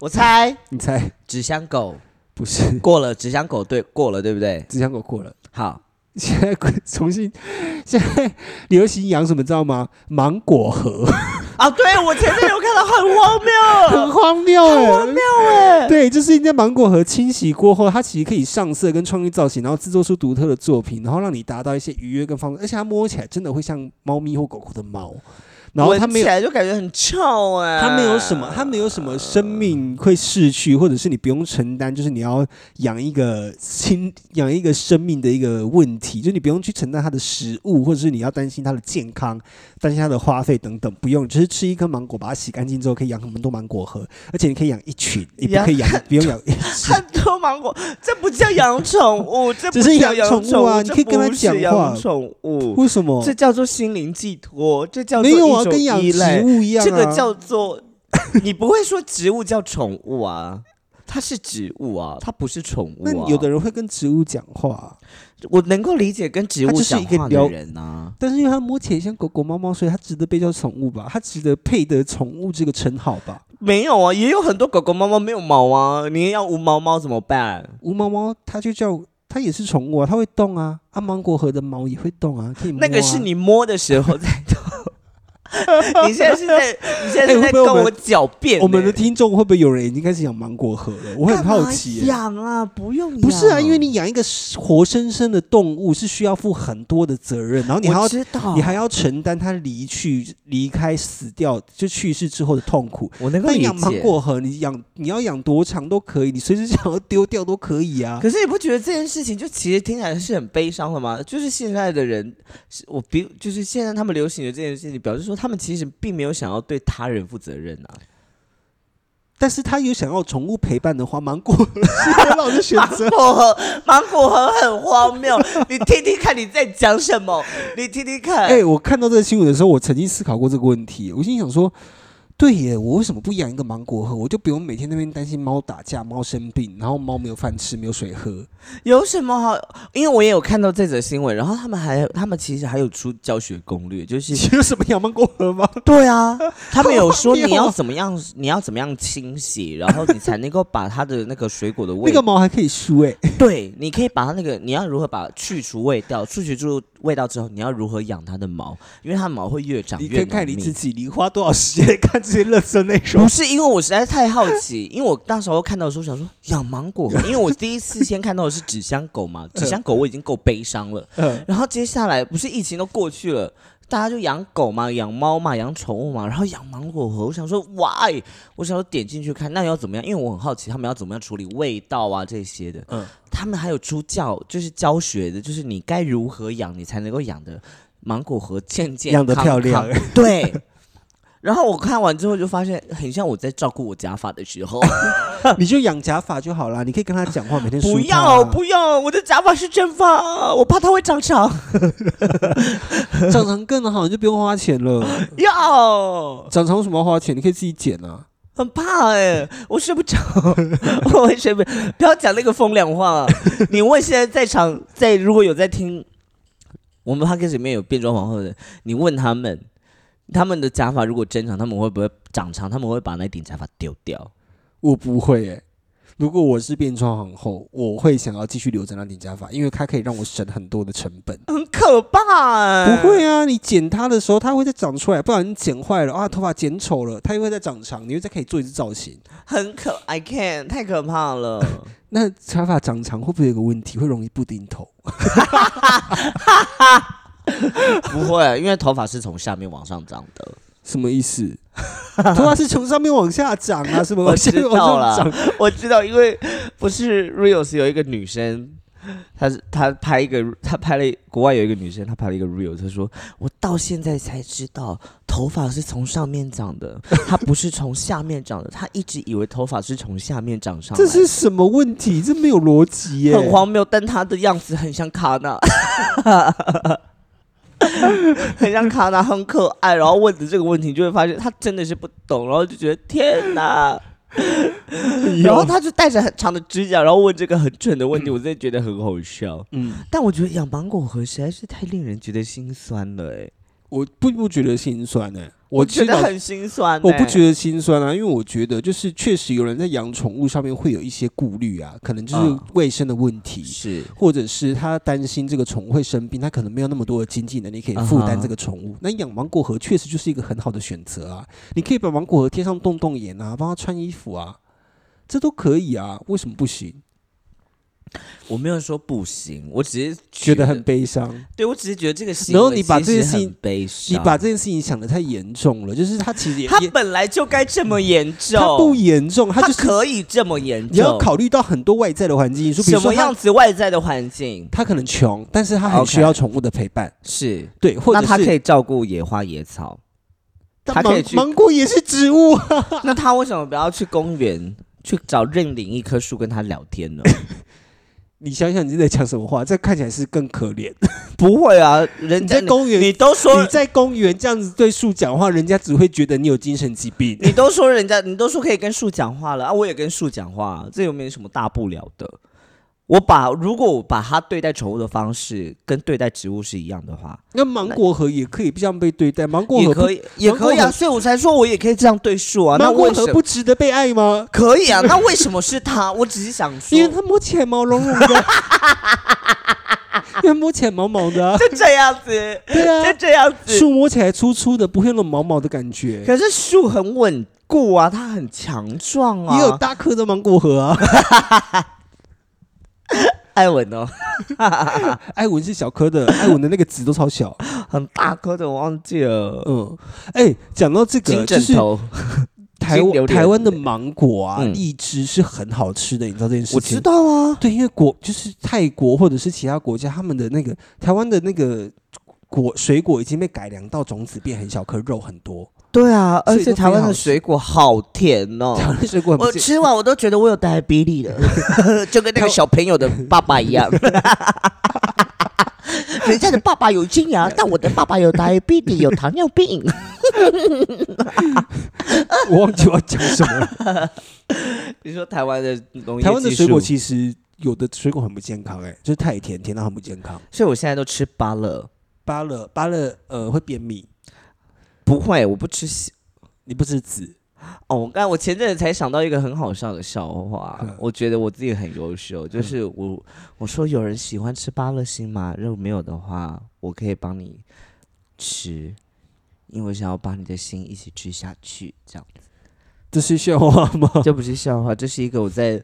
S1: 我猜
S3: 你猜
S1: 纸箱狗
S3: 不是
S1: 过了，纸箱狗对过了，对不对？
S3: 只养狗过了。
S1: 好，
S3: 现在重新，现在流行养什么知道吗？芒果盒，
S1: 啊，对我前阵有看到，很荒
S3: 很
S1: 谬，
S3: 荒谬哎、
S1: 荒谬 哎，
S3: 对，就是在芒果盒清洗过后，它其实可以上色跟创意造型，然后制作出独特的作品，然后让你达到一些愉悦跟放松，而且它摸起来真的会像猫咪或狗狗的毛，然后它
S1: 闻起
S3: 没有。
S1: 来就感觉很臭哎，
S3: 它没有什么，它没有什么生命会逝去，或者是你不用承担，就是你要养一个新养一个生命的一个问题，就是你不用去承担它的食物，或者是你要担心它的健康，担心它的花费等等，不用，就是吃一颗芒果，把它洗干净之后，可以养很多芒果核，而且你可以养一群，你不 可以养，不用养一只。
S1: 很多芒果，这不叫养宠 物，这不
S3: 只是
S1: 叫
S3: 养宠
S1: 宠
S3: 物啊
S1: 这
S3: 你可以跟它
S1: 不是
S3: 讲话
S1: 养宠物，
S3: 为什么？
S1: 这叫做心灵寄托，这叫做
S3: 没有啊，
S1: 一种
S3: 跟养
S1: 依赖
S3: 植物一样、啊。
S1: 这个叫 做，你不会说植物叫宠物啊，它是植物啊，它不是宠物、
S3: 那
S1: 啊。
S3: 有的人会跟植物讲话，
S1: 我能够理解跟植
S3: 它
S1: 物
S3: 就是
S1: 讲
S3: 一个
S1: 话
S3: 聊
S1: 的人啊，
S3: 但是因为它摸起来像狗狗、猫猫，所以它值得被叫宠物吧？它值得配得宠物这个称号吧？
S1: 没有啊，也有很多狗狗、猫猫没有毛啊，你要无毛猫怎么办？
S3: 无毛猫它就叫它也是宠物啊，它会动啊，啊芒果核的毛也会动啊，可以摸、啊。
S1: 那个是你摸的时候在 动，你现在是在，你现在
S3: 哎
S1: 是
S3: 会
S1: 在
S3: 不会
S1: 跟
S3: 我们
S1: 我狡辩呢、
S3: 我们的听众会不会有人已经开始养芒果核了？我很好
S1: 干嘛
S3: 奇耶、
S1: 养啊，不 用养。
S3: 不是啊，因为你养一个活生生的动物是需要负很多的责任，然后你还要
S1: 我知道，
S3: 你还要承担他离去、离开、死掉就去世之后的痛苦。
S1: 我能够
S3: 那
S1: 理
S3: 养芒
S1: 解。
S3: 果核，你养你要养多长都可以，你随时想要丢掉都可以啊。
S1: 可是你不觉得这件事情就其实听起来是很悲伤的吗？就是现在的人，是我比就是现在他们流行的这件事情，表示说他们其实并没有想要对他人负责任啊。
S3: 但是他有想要宠物陪伴的话，芒果核是很好的选
S1: 芒
S3: 择。
S1: 果盒，芒果盒很荒谬，你听听看你在讲什 么，你听听看。
S3: 哎、我看到这个新闻的时候，我曾经思考过这个问题，我心想说。对耶，我为什么不养一个芒果核？我就不用每天那边担心猫打架、猫生病，然后猫没有饭吃、没有水喝。
S1: 有什么好？因为我也有看到这则新闻，然后他们还他们其实还有出教学攻略，就是
S3: 你有什么养芒果核吗？
S1: 对啊， 他们有说
S3: 好荒
S1: 你
S3: 谬
S1: 要怎么样，你要怎么样清洗，然后你才能够把它的那个水果的味
S3: 那个毛还可以梳哎、
S1: 对，你可以把它那个，你要如何把去除味道，去除住味道之后，你要如何养它的毛？因为它的毛会越长
S3: 你
S1: 越
S3: 看
S1: 浓
S3: 看你自
S1: 密。
S3: 己，你花多少时间看这些垃圾内容
S1: 不？是因为我实在太好奇，因为我那时候看到的时候想说养芒果，因为我第一次先看到的是纸箱狗 嘛，纸箱狗我已经够悲伤了，
S3: 嗯，
S1: 然后接下来不是疫情都过去了，大家就养狗嘛，养猫嘛，养宠物嘛，然后养芒果盒。我想说，why？我想说点进去看，那要怎么样？因为我很好奇他们要怎么样处理味道啊这些的。
S3: 嗯
S1: 嗯，他们还有出教，就是教学的，就是你该如何养，你才能够养的芒果盒健健
S3: 养得
S1: 康
S3: 漂
S1: 康
S3: 亮。
S1: 对。然后我看完之后就发现，很像我在照顾我假发的时 候。哦
S3: 你就养假发就好啦，你可以跟他讲话，每天梳
S1: 不
S3: 它啊
S1: 要不要，我的假发是真发，我怕它会长长。
S3: 长长更好，你就不用花钱了。
S1: 要。
S3: 长长有什么要花钱？你可以自己剪啊。
S1: 很怕哎、我睡不着， 我会睡不着。不要讲那个风凉 话。啊你问现在在场在如果有在听我们 p o d 里面有变装皇后的，你问他们，他们的假发如果真长，他们会不会长长？他们会把那顶假发丢掉？
S3: 我不会诶、如果我是变装皇后，我会想要继续留着那顶假发，因为它可以让我省很多的成本。
S1: 很可怕、欸。
S3: 不会啊，你剪它的时候，它会再长出来，不然你剪坏了啊，头发剪丑了，它又会再长长，你又再可以做一次造型。
S1: 很可，I can，太可怕了。
S3: 那假发长长会不会有个问题，会容易不顶头？
S1: 不会，因为头发是从下面往上长的。
S3: 什么意 思？头发是从上面往下长啊，什么
S1: 我
S3: 往下
S1: 知
S3: 往
S1: 道
S3: 上
S1: 啦
S3: 长？啊
S1: 我知道，因为不是 Reels 有一个女生，她是她拍一个，她拍了国外有一个女生，她拍了一个 Reels，她说我到现在才知道头发是从上面长 的，它不是从下面长的，她一直以为头发是从下面长上来
S3: 这
S1: 的。
S3: 是什么问题？这没有逻辑耶！
S1: 很荒谬，但她的样子很像卡纳， 很像卡纳，很可爱。然后问的这个问题，就会发现她真的是不懂，然后就觉得天哪！然后他就带着很长的指甲，然后问这个很蠢的问题，我真的觉得很好笑。
S3: 嗯，
S1: 嗯但我觉得养芒果核实在是太令人觉得心酸了、哎，
S3: 我并不觉得心酸呢、我
S1: 觉
S3: 知
S1: 得
S3: 道。
S1: 很心酸、欸
S3: 我不
S1: 得，
S3: 觉得心酸啊，因为我觉得就是确实有人在养宠物上面会有一些顾虑啊，可能就是
S1: 嗯
S3: 卫生的问题，
S1: 是
S3: 或者是他担心这个宠物会生病，他可能没有那么多的经济能力可以负担这个宠物。
S1: 啊
S3: 那养芒果盒确实就是一个很好的选择啊，你可以把芒果盒贴上洞洞眼啊，帮它穿衣服啊，这都可以啊，为什么不行？
S1: 我没有说不行，我只是
S3: 觉得很，悲伤。
S1: 对我只是觉得这个行为
S3: 然后你把这件
S1: 其
S3: 事
S1: 实
S3: 情
S1: 很悲伤，
S3: 你把这件事情想得太严重了，就是他其实也
S1: 他
S3: 也
S1: 本来就该这么严重，
S3: 他不严重，他
S1: 他
S3: 就是
S1: 可以这么严重，
S3: 你要考虑到很多外在的环境因素，比如
S1: 什
S3: 说
S1: 么
S3: 他
S1: 样子外在的环境
S3: 他可能穷，但是他很需要宠物的陪伴
S1: 是，
S3: 对，或
S1: 那
S3: 者是
S1: 他可以照顾野花野草，
S3: 但
S1: 他可以
S3: 芒
S1: 去
S3: 芒果也是植物 啊，
S1: 那他为什么不要去公园去找认领一棵树跟他聊天 呢？
S3: 你想想你在讲什么话，这看起来是更可怜。
S1: 不会啊，人
S3: 你
S1: 家
S3: 在公园，
S1: 你都说
S3: 你在公园这样子对树讲话，人家只会觉得你有精神疾病。
S1: 你都说人家你都说可以跟树讲话了啊，我也跟树讲话，啊这又没什么大不了的。我把如果我把它对待宠物的方式跟对待植物是一样的话，
S3: 那芒果核也可以不这样被对待，芒果
S1: 也
S3: 核
S1: 可
S3: 不
S1: 以也可以
S3: 芒
S1: 啊，
S3: 果
S1: 所以我才说我也可以这样对树啊。那
S3: 芒果
S1: 为什
S3: 核
S1: 么
S3: 不值得被爱吗？
S1: 可以啊？那为什么是它？我只是 想说
S3: 因为它摸起来毛茸茸的，啊 因为摸起来毛毛 的啊、
S1: 就这样子，
S3: 对
S1: 就
S3: 啊，
S1: 这样子。
S3: 树摸起来粗粗的，不会有那种毛毛的感觉。
S1: 可是树很稳固啊，它很强壮啊。
S3: 也有大颗的芒果核啊，
S1: 艾文哦，
S3: 艾文是小颗的，艾文的那个籽都超小。
S1: 很大颗的，我忘记了。
S3: 嗯，哎、讲到这个，
S1: 金
S3: 就
S1: 枕
S3: 是
S1: 头，
S3: 台
S1: 金榴莲
S3: 湾台湾的芒果啊，
S1: 嗯
S3: 荔枝是很好吃的，你知道这件事情？
S1: 我知。道啊，
S3: 对，因为国就是泰国或者是其他国家，他们的那个台湾的那个果水果已经被改良到种子变很小颗，肉很多。
S1: 对啊，
S3: 所以
S1: 而
S3: 都
S1: 且台湾的水果好甜哦。
S3: 台湾的水果很不
S1: 我
S3: 健
S1: 吃完我都觉得我有 diabetes 了， 就跟那个小朋友的爸爸一样。 人家的爸爸有金牙，但我的爸爸有 diabetes，有糖尿病。
S3: 我忘记我要讲什么了。
S1: 你说台湾的 农业
S3: 台湾的
S1: 技
S3: 水果
S1: 术
S3: 其实有的水果很不健康、哎，就是太甜，甜到很不健康。
S1: 所以我现在都吃芭乐，
S3: 芭乐芭乐呃会便秘，
S1: 不会，我不吃西
S3: 你不吃籽。
S1: 哦，我刚我前阵子才想到一个很好笑的笑话
S3: 嗯，
S1: 我觉得我自己很优秀，就是我我说有人喜欢吃芭乐心吗？如果没有的话，我可以帮你吃，因为我想要把你的心一起吃下去，这样
S3: 这是笑话 吗？
S1: 这不是笑话，这是一个我在。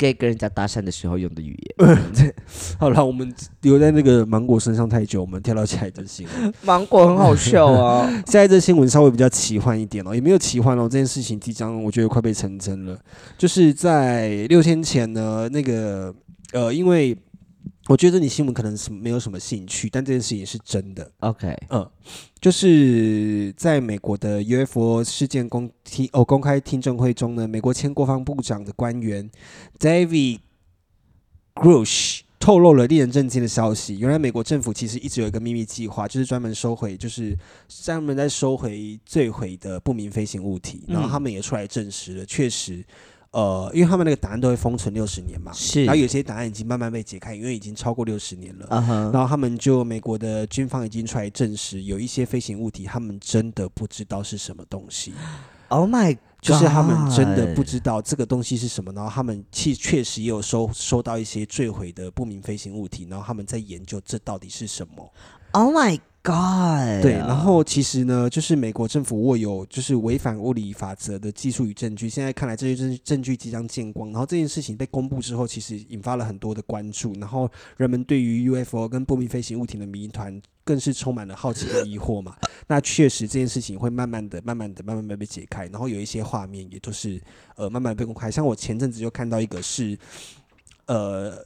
S1: 跟跟人家搭讪的时候用的语 言，
S3: 好了，我们留在那个芒果身上太久，我们跳到下一则新闻。
S1: 芒果很好笑 啊！
S3: 下一则新闻稍微比较奇幻一点哦，也没有奇幻哦，这件事情即将我觉得快被成真了。就是在六天前呢，那个呃，因为我觉得你新闻可能是没有什么兴趣，但这件事情是真的。
S1: OK，
S3: 嗯，就是在美国的 UFO 事件公听哦公开听证会中呢，美国前国防部长的官员 David Grush 透露了令人震惊的消息。原来美国政府其实一直有一个秘密计划，就是专门收回，就是专门在收回坠毁的不明飞行物体。然后
S1: 嗯
S3: 他们也出来证实了，确实，呃，因为他们那个档案都会封存六十年嘛，
S1: 是
S3: 然后有些档案已经慢慢被解开，因为已经超过六十年了。
S1: 嗯哼，
S3: 然后他们就美国的军方已经出来证实，有一些飞行物体，他们真的不知道是什么东西。
S1: Oh my，
S3: 就是他们真的不知道这个东西是什么，然后他们确确实也有收收到一些坠毁的不明飞行物体，然后他们在研究这到底是什么。
S1: Oh my God！
S2: 啊
S3: 对，然后其实呢，就是美国政府握有就是违反物理法则的技术与证据，现在看来这些证证据即将见光。然后这件事情被公布之后，其实引发了很多的关注，然后人们对于 UFO 跟不明飞行物体的谜团更是充满了好奇和疑惑嘛。那确实这件事情会慢慢的、慢慢的、慢慢的被解开，然后有一些画面也就是呃慢慢地被公开。像我前阵子就看到一个是呃。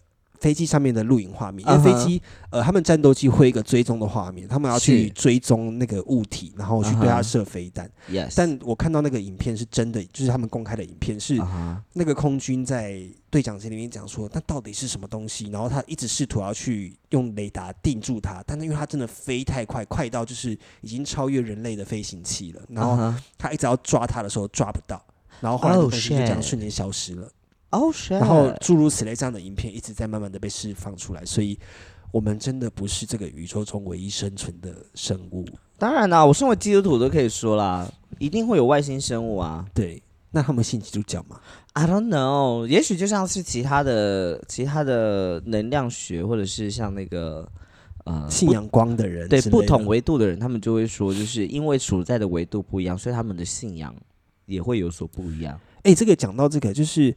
S3: 飞机上面的录影画面，因为飞机、呃，他们战斗机会有一个追踪的画面，他们要去
S1: 是
S3: 追踪那个物体，然后去对
S1: 啊
S3: 它
S1: 哈
S3: 射飞弹。
S1: ，Yes，
S3: 但我看到那个影片是真的，就是他们公开的影片是
S1: 啊哈
S3: 那个空军在对讲机里面讲说，那到底是什么东西？然后他一直试图要去用雷达定住它，但是因为它真的飞太快，快到就是已经超越人类的飞行器了。然
S1: 啊
S3: 后
S1: 哈
S3: 他一直要抓它的时候抓不到，然后后来那个
S1: Oh,
S3: 东西就这样
S1: shit
S3: 瞬间消失了。
S1: ，Oh shit！
S3: 然后诸如此类这样的影片一直在慢慢的被释放出来，所以我们真的不是这个宇宙中唯一生存的生物。
S1: 当然啦，我身为基督徒都可以说啦，一定会有外星生物啊。
S3: 对，那他们信基督教吗？
S1: I don't know，也许就像是其他的、其他的能量学，或者是像那个呃
S3: 信仰光的人
S1: 不对
S3: 之类
S1: 不
S3: 的
S1: 同维度的人，他们就会说，就是因为所在的维度不一样，所以他们的信仰也会有所不一样。
S3: 哎、这个讲到这个，就是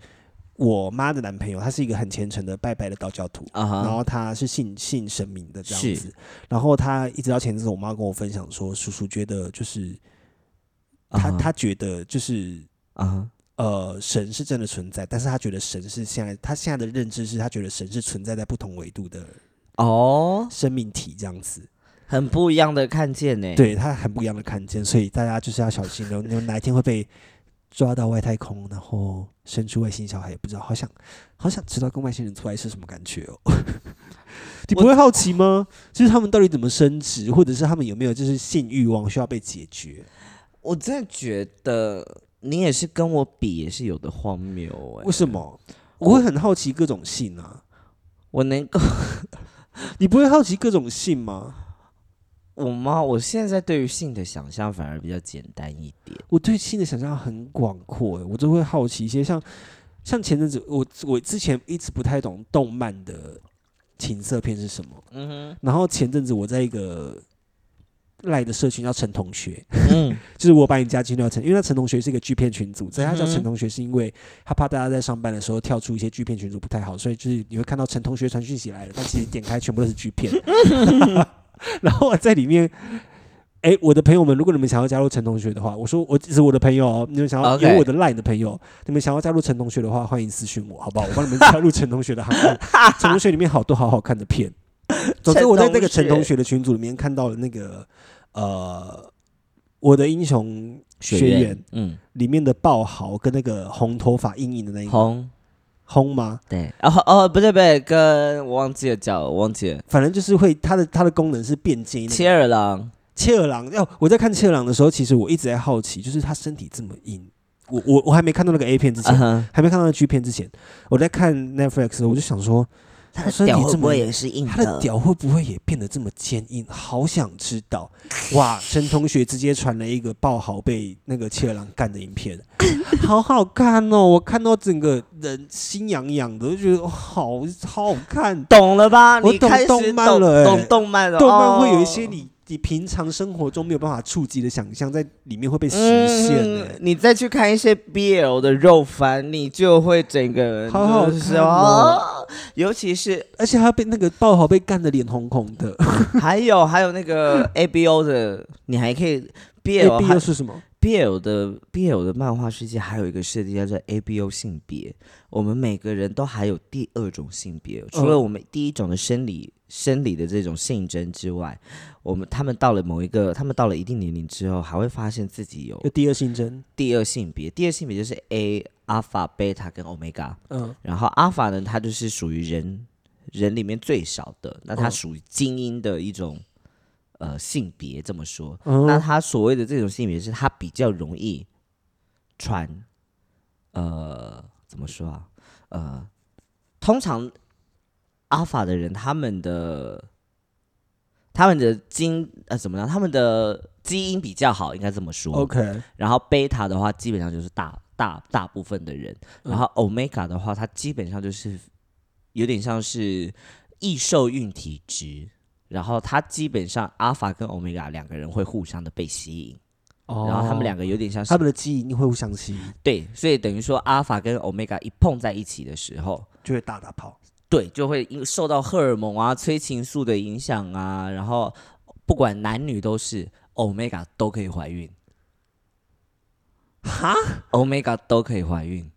S3: 我妈的男朋友，他是一个很虔诚的拜拜的道教徒。
S1: 啊
S3: 然
S1: 哈，
S3: 后他是信信神明的这样
S1: 是
S3: 子，然后他一直到前阵子，我妈跟我分享说，叔叔觉得就是他、
S1: 啊哈
S3: 他觉得就是
S1: 啊哈，
S3: 呃，神是真的存在，但是他觉得神是现在他现在的认知是他觉得神是存在在不同维度的
S1: 哦，
S3: 生命体这样子，
S1: 很不一样的看见呢。
S3: 对他很不一样的看见，所以大家就是要小 心哦，你们哪一天会被抓到外太空，然后生出外星小孩，也不知道，好想好想知道跟外星人出来是什么感觉 哦。你不会好奇吗？就是他们到底怎么生殖，或者是他们有没有就是性欲望需要被解决？
S1: 我真的觉得你也是跟我比，也是有的荒谬哎、
S3: 为什么？我会很好奇各种性啊，
S1: 我能够，
S3: 你不会好奇各种性吗？
S1: 我妈，我现在对于性的想象反而比较简单一点。
S3: 我对性的想象很广阔，我就会好奇一些像像前阵子我我之前一直不太懂动漫的情色片是什么，
S1: 嗯
S3: 然后前阵子我在一个赖的社群叫陈同学，
S1: 哼，嗯，
S3: 就是我把你加进到陈，因为那陈同学是一个剧片群组，在他叫
S1: 嗯哼
S3: 陈同学是因为他怕大家在上班的时候跳出一些剧片群组不太好，所以就是你会看到陈同学传讯息来了，但其实点开全部都是剧 片。然后我在里面，哎、我的朋友们，如果你们想要加入陈同学的话，我说我只是我的朋友哦，你们想要
S1: OK
S3: 有我的 LINE 的朋友，你们想要加入陈同学的话，欢迎私讯我，好不好？我帮你们加入陈同学的行列。 陈同学里面好多好好看的片。总之，我在那个陈同学的群组里面看到了那个呃，我的英雄学院，
S1: 嗯，
S3: 里面的豹豪跟那个红头发硬硬的那一个
S1: 红，
S3: 轰吗？
S1: 对，哦哦，不对不对，跟我忘记了叫，我忘记了，
S3: 反正就是会它的它的功能是变尖一点。
S1: 切尔郎，
S3: 切尔朗，要我在看切尔朗的时候，其实我一直在好奇，就是他身体这么硬，我我我还没看到那个 A 片之前，
S1: 嗯哼，
S3: 还没看到那 G 片之前，我在看 Netflix 的时候，我就想说，
S1: 他
S3: 的身体这么硬
S1: 是硬
S3: 他的屌会不会也变得这么坚硬？好想知 道！哇，陈同学直接传了一个爆豪被那个切尔朗干的 影片，好好看哦！我看到整个人心痒痒的，就觉得哇好好好看。
S1: 懂了吧？
S3: 我
S1: 你
S3: 懂
S1: 开始
S3: 动漫了欸
S1: 懂懂动漫了，
S3: 动漫会有一
S1: 哦
S3: 些你你平常生活中没有办法触及的想象，在里面会被实现欸的、
S1: 嗯你再去看一些 BL 的肉番，你就会整个人
S3: 好好
S1: 就是
S3: 看哦
S1: 哦尤其 是
S3: 而且他被那个爆豪被干的脸红红的，
S1: 还有还有那个 ABO 的，你还可以 BL
S3: 那 B
S1: 还
S3: 又是什么？
S1: BL 的 BL 的漫画世界还有一个设定叫做 ABO 性别，我们每个人都还有第二种性别，除
S3: 嗯
S1: 了我们第一种的生理生理的这种性征之外，我们他们到了某一个，他们到了一定年龄之后，还会发现自己有
S3: 就第二性征，
S1: 第二性别，第二性别就是 A、阿法、贝塔跟欧米伽。
S3: 嗯，
S1: 然后阿法呢，它就是属于人人里面最少的，那它
S3: 嗯
S1: 属于精英的一种、呃性别，这么说。
S3: 嗯
S1: 那它所谓的这种性别是它比较容易传，呃，怎么说啊？呃，通常阿法的人他们的他们的基呃怎么样？他们的基因比较好，应该这么说。
S3: OK，
S1: 然后贝塔的话，基本上就是大大大部分的人，
S3: 嗯
S1: 然后欧米伽的话，它基本上就是有点像是易受孕体质，然后它基本上阿法跟欧米伽两个人会互相的被吸引，
S3: 哦
S1: 然后他们两个有点像是
S3: 他们的基因会互相吸引，
S1: 对，所以等于说阿法跟欧米伽一碰在一起的时候，
S3: 就会大打炮。
S1: 对，就会因受到荷尔蒙啊、催情素的影响啊，然后不管男女都是，omega 都可以怀孕
S3: 哈，
S1: ，omega 都可以怀孕，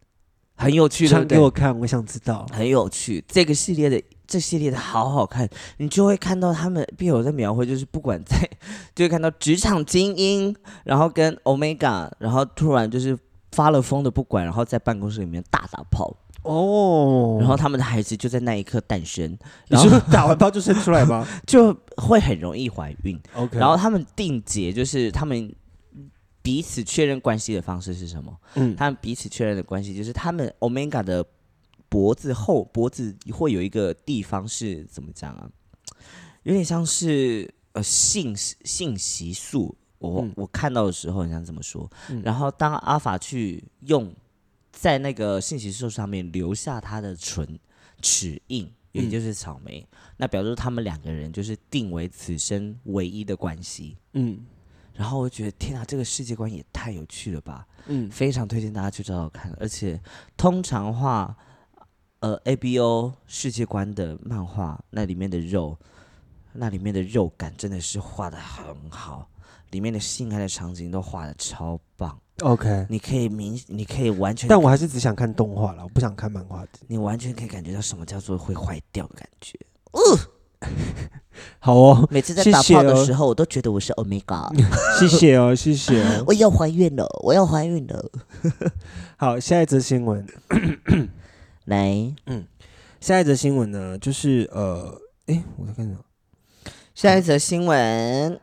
S1: 很有趣，对
S3: 唱
S1: 不
S3: 给
S1: 对？
S3: 我看，我想知道。
S1: 很有趣，这个系列的这系列的好好看，你就会看到他们必有在描绘，就是不管在 就会看到职场精英，然后跟 omega，然后突然就是发了疯的不管，然后在办公室里面大打炮，
S3: 哦，
S1: 然后他们的孩子就在那一刻诞生，
S3: 你
S1: 然后
S3: 说打完炮就生出来 吗
S1: 就会很容易怀孕。
S3: ？OK，
S1: 然后他们定结就是他们彼此确认关系的方式是什么？
S3: 嗯，
S1: 他们彼此确认的关系就是他们 omega 的脖子后脖子会有一个地方是怎么讲啊？有点像是呃性性习素。我、
S3: 嗯
S1: 我看到的时候，你想怎么说？
S3: 嗯
S1: 然后当阿法去用在那个信息素上面留下他的唇齿印，也
S3: 嗯
S1: 就是草莓，那表示他们两个人就是定为此生唯一的关系。
S3: 嗯
S1: 然后我觉得天啊，这个世界观也太有趣了吧！
S3: 嗯
S1: 非常推荐大家去找找看。而且通常画，呃，A B O 世界观的漫画，那里面的肉，那里面的肉感真的是画的很好，里面的性爱的场景都画的超棒。
S3: ，OK，
S1: 你可以明，你可以完全，
S3: 但我还是只想看动画了，我不想看漫画的。
S1: 你完全可以感觉到什么叫做会坏掉的感觉。
S3: 好哦，
S1: 每次在
S3: 谢
S1: 打
S3: 谢
S1: 炮的
S3: 哦
S1: 时候，我都觉得我是 Omega，
S3: 谢谢哦，谢谢哦。
S1: 我要怀孕了，我要怀孕了。
S3: 好，下一则新闻，
S1: 来，
S3: 下一则新闻呢，就是呃，诶，我在看什么？
S1: 下一则新闻，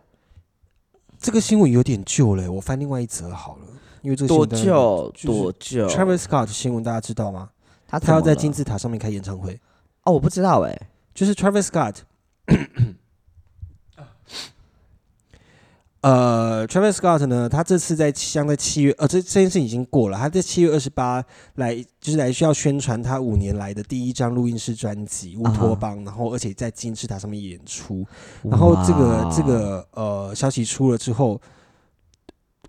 S3: 这个新闻有点旧嘞，我翻另外一则好了，因为这个
S1: 多
S3: 新闻当然
S1: 久？
S3: 就是
S1: 多久
S3: Travis Scott 新闻大家知道吗？
S1: 他
S3: 他要在金
S1: 今
S3: 字塔上面开演唱会，
S1: 哦，我不知道哎、
S3: 就是 Travis Scott。呃，Travis Scott 呢，他这次在将在七月，呃，这这件事已经过了，他在七月二十八来，就是来需要宣传他五年来的第一张录音室专辑《乌托邦》，然后而且在金字塔上面演出， 然后这个
S1: 哇
S3: 这个呃消息出了之后，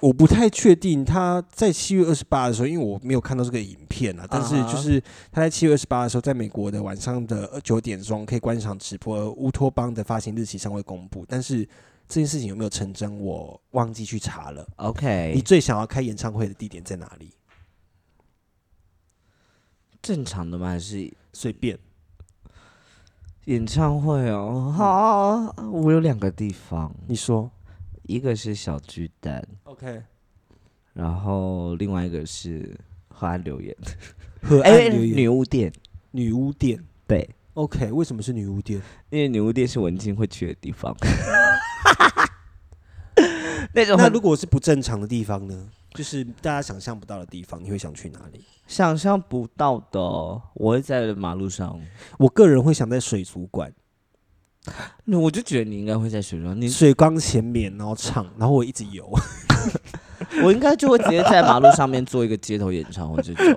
S3: 我不太确定他在七月二十八的时候，因为我没有看到这个影片啊，但是
S1: 啊
S3: 就
S1: 哈
S3: 是他在七月二十八的时候，在美国的晚上的九点钟可以观赏直播，而乌托邦的发行日期尚未公布，但是这件事情有没有成真，我忘记去查了。你
S1: OK
S3: 最想要开演唱会的地点在哪里？
S1: 正常的吗？还是
S3: 随便。
S1: 演唱会哦？好，我有两个地方，
S3: 你说
S1: 一个是小巨蛋，
S3: ，OK？
S1: 然后另外一个是河岸留言，
S3: 河岸
S1: 哎，
S3: 留言
S1: 女巫店，
S3: 女巫店
S1: 对，
S3: ，OK？为什么是女巫店？
S1: 因为女巫店是文静会去的地方，那种
S3: 那
S1: 呃很
S3: 如果是不正常的地方呢？就是大家想象不到的地方，你会想去哪里？
S1: 想象不到的哦、我会在马路上，
S3: 我个人会想在水族馆、
S1: 那我就觉得你应该会在水上，你
S3: 水缸前面，然后唱，然后我一直游。
S1: 我应该就会直接在马路上面做一个街头演唱会这种，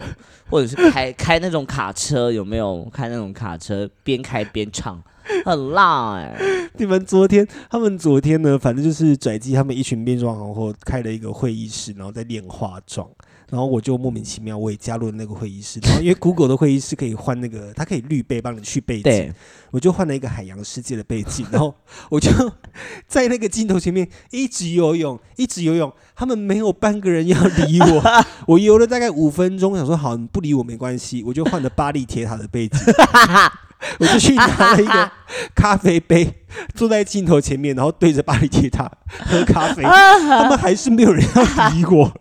S1: 或者是开开那种卡车，有没有？开那种卡车边开边唱，很辣哎、
S3: 你们昨天，他们昨天呢，反正就是拽机他们一群变装皇后开了一个会议室，然后在练化妆。然后我就莫名其妙，我也加入了那个会议室。然后因为 Google 的会议室可以换那个，它可以绿背帮你去背景，
S1: 对，
S3: 我就换了一个海洋世界的背景。 然后我就在那个镜头前面一直游泳，一直游泳。他们没有半个人要理我，我游了大概五分钟，想说好，你不理我没关系，我就换了巴黎铁塔的背景。我就去拿了一个咖啡杯，坐在镜头前面，然后对着巴黎铁塔喝咖啡，他们还是没有人要理我。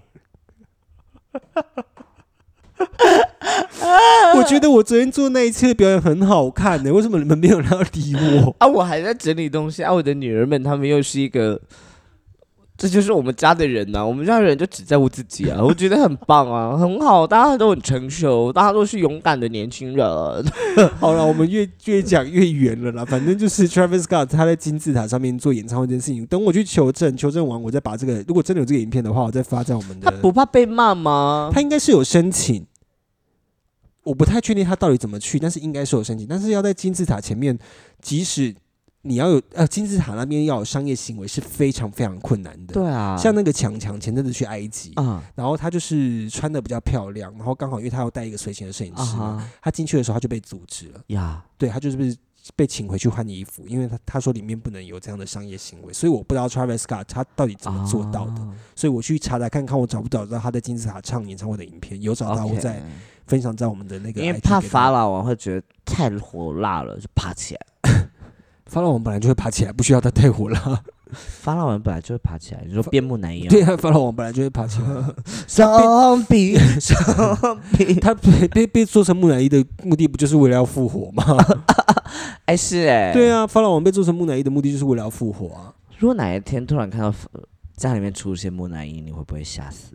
S3: 我觉得我昨天做那一次的表演很好看呢、为什么你们没有人要理我？
S1: 啊，我还在整理东西啊，我的女儿们她们又是一个这就是我们家的人呐、我们家的人就只在乎自己 啊，我觉得很棒啊，很好，大家都很成熟，大家都是勇敢的年轻人。
S3: 好了，我们越越讲越远了啦。反正就是 Travis Scott 他在金字塔上面做演唱会这件事情，等我去求证，求证完我再把这个，如果真的有这个影片的话，我再发在我们的。
S1: 他不怕被骂吗？
S3: 他应该是有申请，我不太确定他到底怎么去，但是应该是有申请，但是要在金字塔前面，即使你要有呃金字塔那边要有商业行为是非常非常困难的。
S1: 对啊，
S3: 像那个强强前阵子去埃及，
S1: 啊
S3: 然后他就是穿的比较漂亮，然后刚好因为他要带一个随行的摄影
S1: 啊
S3: 师嘛，
S1: 哈
S3: 他进去的时候他就被阻止了，
S1: 呀，
S3: 对他就是被被请回去换衣服，因为他他说里面不能有这样的商业行为，所以我不知道 Travis Scott 他到底怎么做到的，
S1: 啊
S3: 所以我去查查看看我找不找到他在金字塔唱演唱会的影片，有找到
S1: OK
S3: 我再分享在我们的那个 IG 给大家，
S1: 因为怕法老啊王会觉得太火辣了，就爬起来。
S3: 法老王本来就会爬起来，不需要他带火 了，
S1: 法老王本来就会爬起来，你说边牧男一样。
S3: 对啊，法老王本来就会爬 起来，
S1: 双臂，双臂，
S3: 他被被被做成木乃伊的目的不就是为了要复活吗？
S1: 哎是哎，
S3: 对啊，法老王被做成木乃伊的目的就是为了要复活啊。
S1: 如果哪一天突然看到呃家里面出现木乃伊，你会不会吓死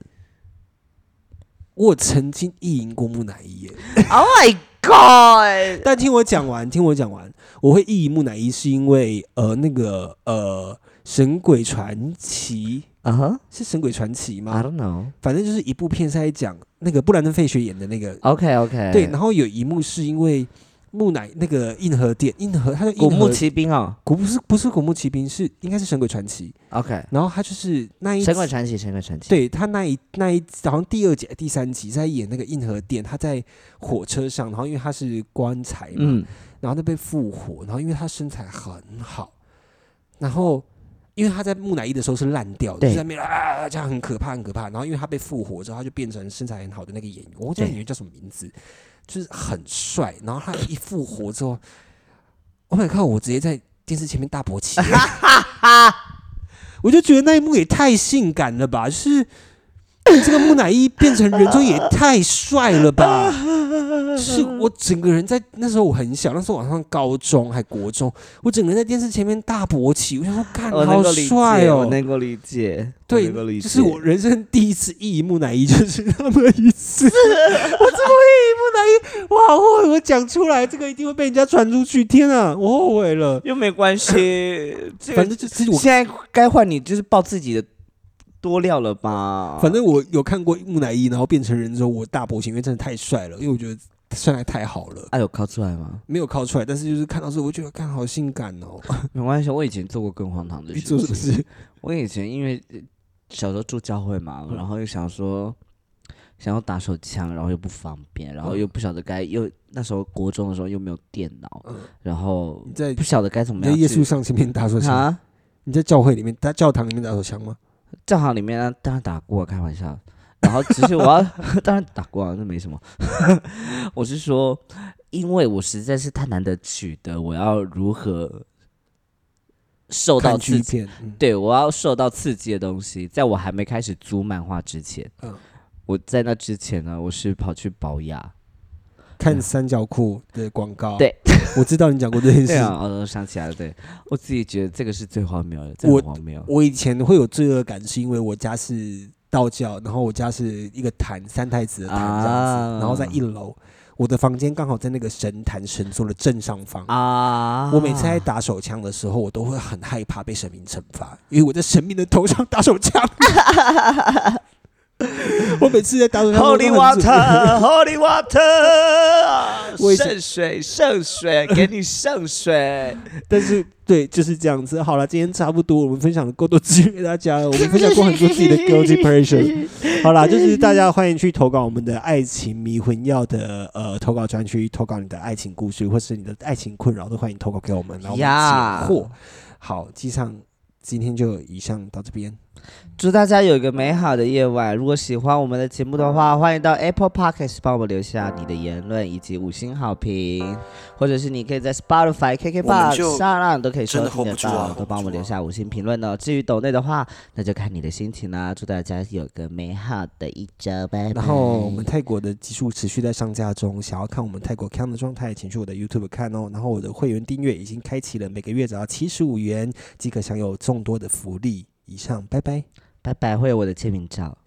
S3: 我曾经意淫过木乃伊耶，
S1: ？Oh my god！
S3: 但听我讲完，听我讲完，我会意淫木乃伊是因为呃那个呃《神鬼传奇
S1: 啊哈》
S3: 是《神鬼传奇》吗
S1: ，I don't know。
S3: 反正就是一部片是在讲那个布兰登·费雪演的那个
S1: OK OK，
S3: 对，然后有一幕是因为木乃那个硬核店硬核，他叫
S1: 古
S3: 硬核
S1: 墓奇兵哦。
S3: 古不是不是古墓奇兵，是应该是《神鬼传奇
S1: OK，》，
S3: 然后他就是那一
S1: 神鬼传奇，神鬼传奇。
S3: 对他那一那一好像第二集、第三集在演那个硬核店，他在火车上，然后因为他是棺材嘛，
S1: 嗯，
S3: 然后他被复活，然后因为他身材很好，然后因为他在木乃伊的时候是烂掉的，
S1: 对
S3: 就是在那边啊这样很可怕很可怕，然后因为他被复活之后，他就变成身材很好的那个演员，我忘记那
S1: 对
S3: 演员叫什么名字，就是很帅，然后他一复活之后，Oh my god，我直接在电视前面大 勃起，我就觉得那一幕也太性感了吧，就是。这个木乃伊变成人之后也太帅了吧！是我整个人在那时候我很小，那时候我好像高中还国中，我整个人在电视前面大勃起，我想说，看
S1: 我能
S3: 好
S1: 够理解，
S3: 帅
S1: 我
S3: 哦！
S1: 能够理解，我
S3: 对
S1: 能够理，解。
S3: 就是我人生第一次意淫木乃伊，就是那么 一次。我怎么会意淫木乃伊？我好后悔，我讲出来，这个一定会被人家传出去。天啊，我后悔了。
S1: 又没关 系，这
S3: 反
S1: 个
S3: 正就是我，
S1: 现在该换你就是爆自己的多料了吧？
S3: 反正我有看过木乃伊，然后变成人之后，我大勃起，因为真的太帅了，因为我觉得身材太好了。
S1: 哎有靠出来吗？
S3: 没有靠出来，但是就是看到之后，我觉得看好性感哦。
S1: 没关系，我以前做过更荒唐的
S3: 你
S1: 事
S3: 做什么
S1: 情。
S3: 事？
S1: 我以前因为呃小时候住教会嘛，
S3: 嗯
S1: 然后又想说想要打手枪，然后又不方便，然后又不晓得该又那时候国中的时候又没有电脑，
S3: 嗯
S1: 然后
S3: 你在
S1: 不晓得该怎
S3: 你
S1: 么
S3: 在
S1: 样
S3: 耶稣
S1: 去
S3: 上前面打手枪吗，
S1: 啊。
S3: 你在教会里面、在教堂里面打手枪吗？
S1: 正好里面呢，当然打过，开玩笑。然后只是我要， 当然打过啊，那没什么。 我是说，因为我实在是太难得取得，我要如何受到
S3: 看
S1: 刺
S3: 剧
S1: 激？
S3: 片，嗯
S1: 对我要受到刺激的东西，在我还没开始租漫画之前，
S3: 嗯
S1: 我在那之前呢，我是跑去保雅，
S3: 看三角裤的广告。
S1: 对，
S3: 我知道你讲过这件
S1: 对
S3: 事。
S1: 啊，我想起来了，对我自己觉得这个是最荒谬的，最
S3: 我
S1: 荒谬。
S3: 我以前会有罪恶感，是因为我家是道教，然后我家是一个坛，三太子的坛这样子，
S1: 啊
S3: 然后在一楼，我的房间刚好在那个神坛神座的正上方。
S1: 啊！
S3: 我每次在打手枪的时候，我都会很害怕被神明惩罚，因为我在神明的头上打 手枪。我每次在打手枪我都
S2: Holy
S3: 很注 意
S2: water，Holy water，
S3: 我以前
S2: 圣水，圣水，给你圣水。
S3: 但是对，就是这样子。好了，今天差不多，我们分享的够多资源给大家了。我们分享过很多自己的 guilty pleasure。好啦，就是大家欢迎去投稿我们的爱情迷魂药的呃投稿专区，投稿你的爱情故事或是你的爱情困扰，都欢迎投稿给我们，然后我们
S1: 呀
S3: 解惑。好，机上今天就以上到这边。
S1: 祝大家有一个美好的夜晚。如果喜欢我们的节目的
S2: 嗯
S1: 话，欢迎到 Apple Podcast 帮我们留下你的言论以及五星好评，或者是你可以在 Spotify、
S2: 我们就
S1: KKBox、上浪都可以收
S2: 真的
S1: 听
S2: hold
S1: 得
S2: 不住
S1: 到，
S2: 啊 hold 不住啊
S1: 都帮我们留下五星评论哦。至于抖内的话，那就看你的心情啦。祝大家有个美好的一周，拜拜。
S3: 然后我们泰国的集数持续在上架中，想要看我们泰国 cam 的状态，请去我的 YouTube 看哦。然后我的会员订阅已经开启了，每个月只要七十五元即可享有众多的福利。以上，拜拜。
S1: 拜拜，会有我的签名照。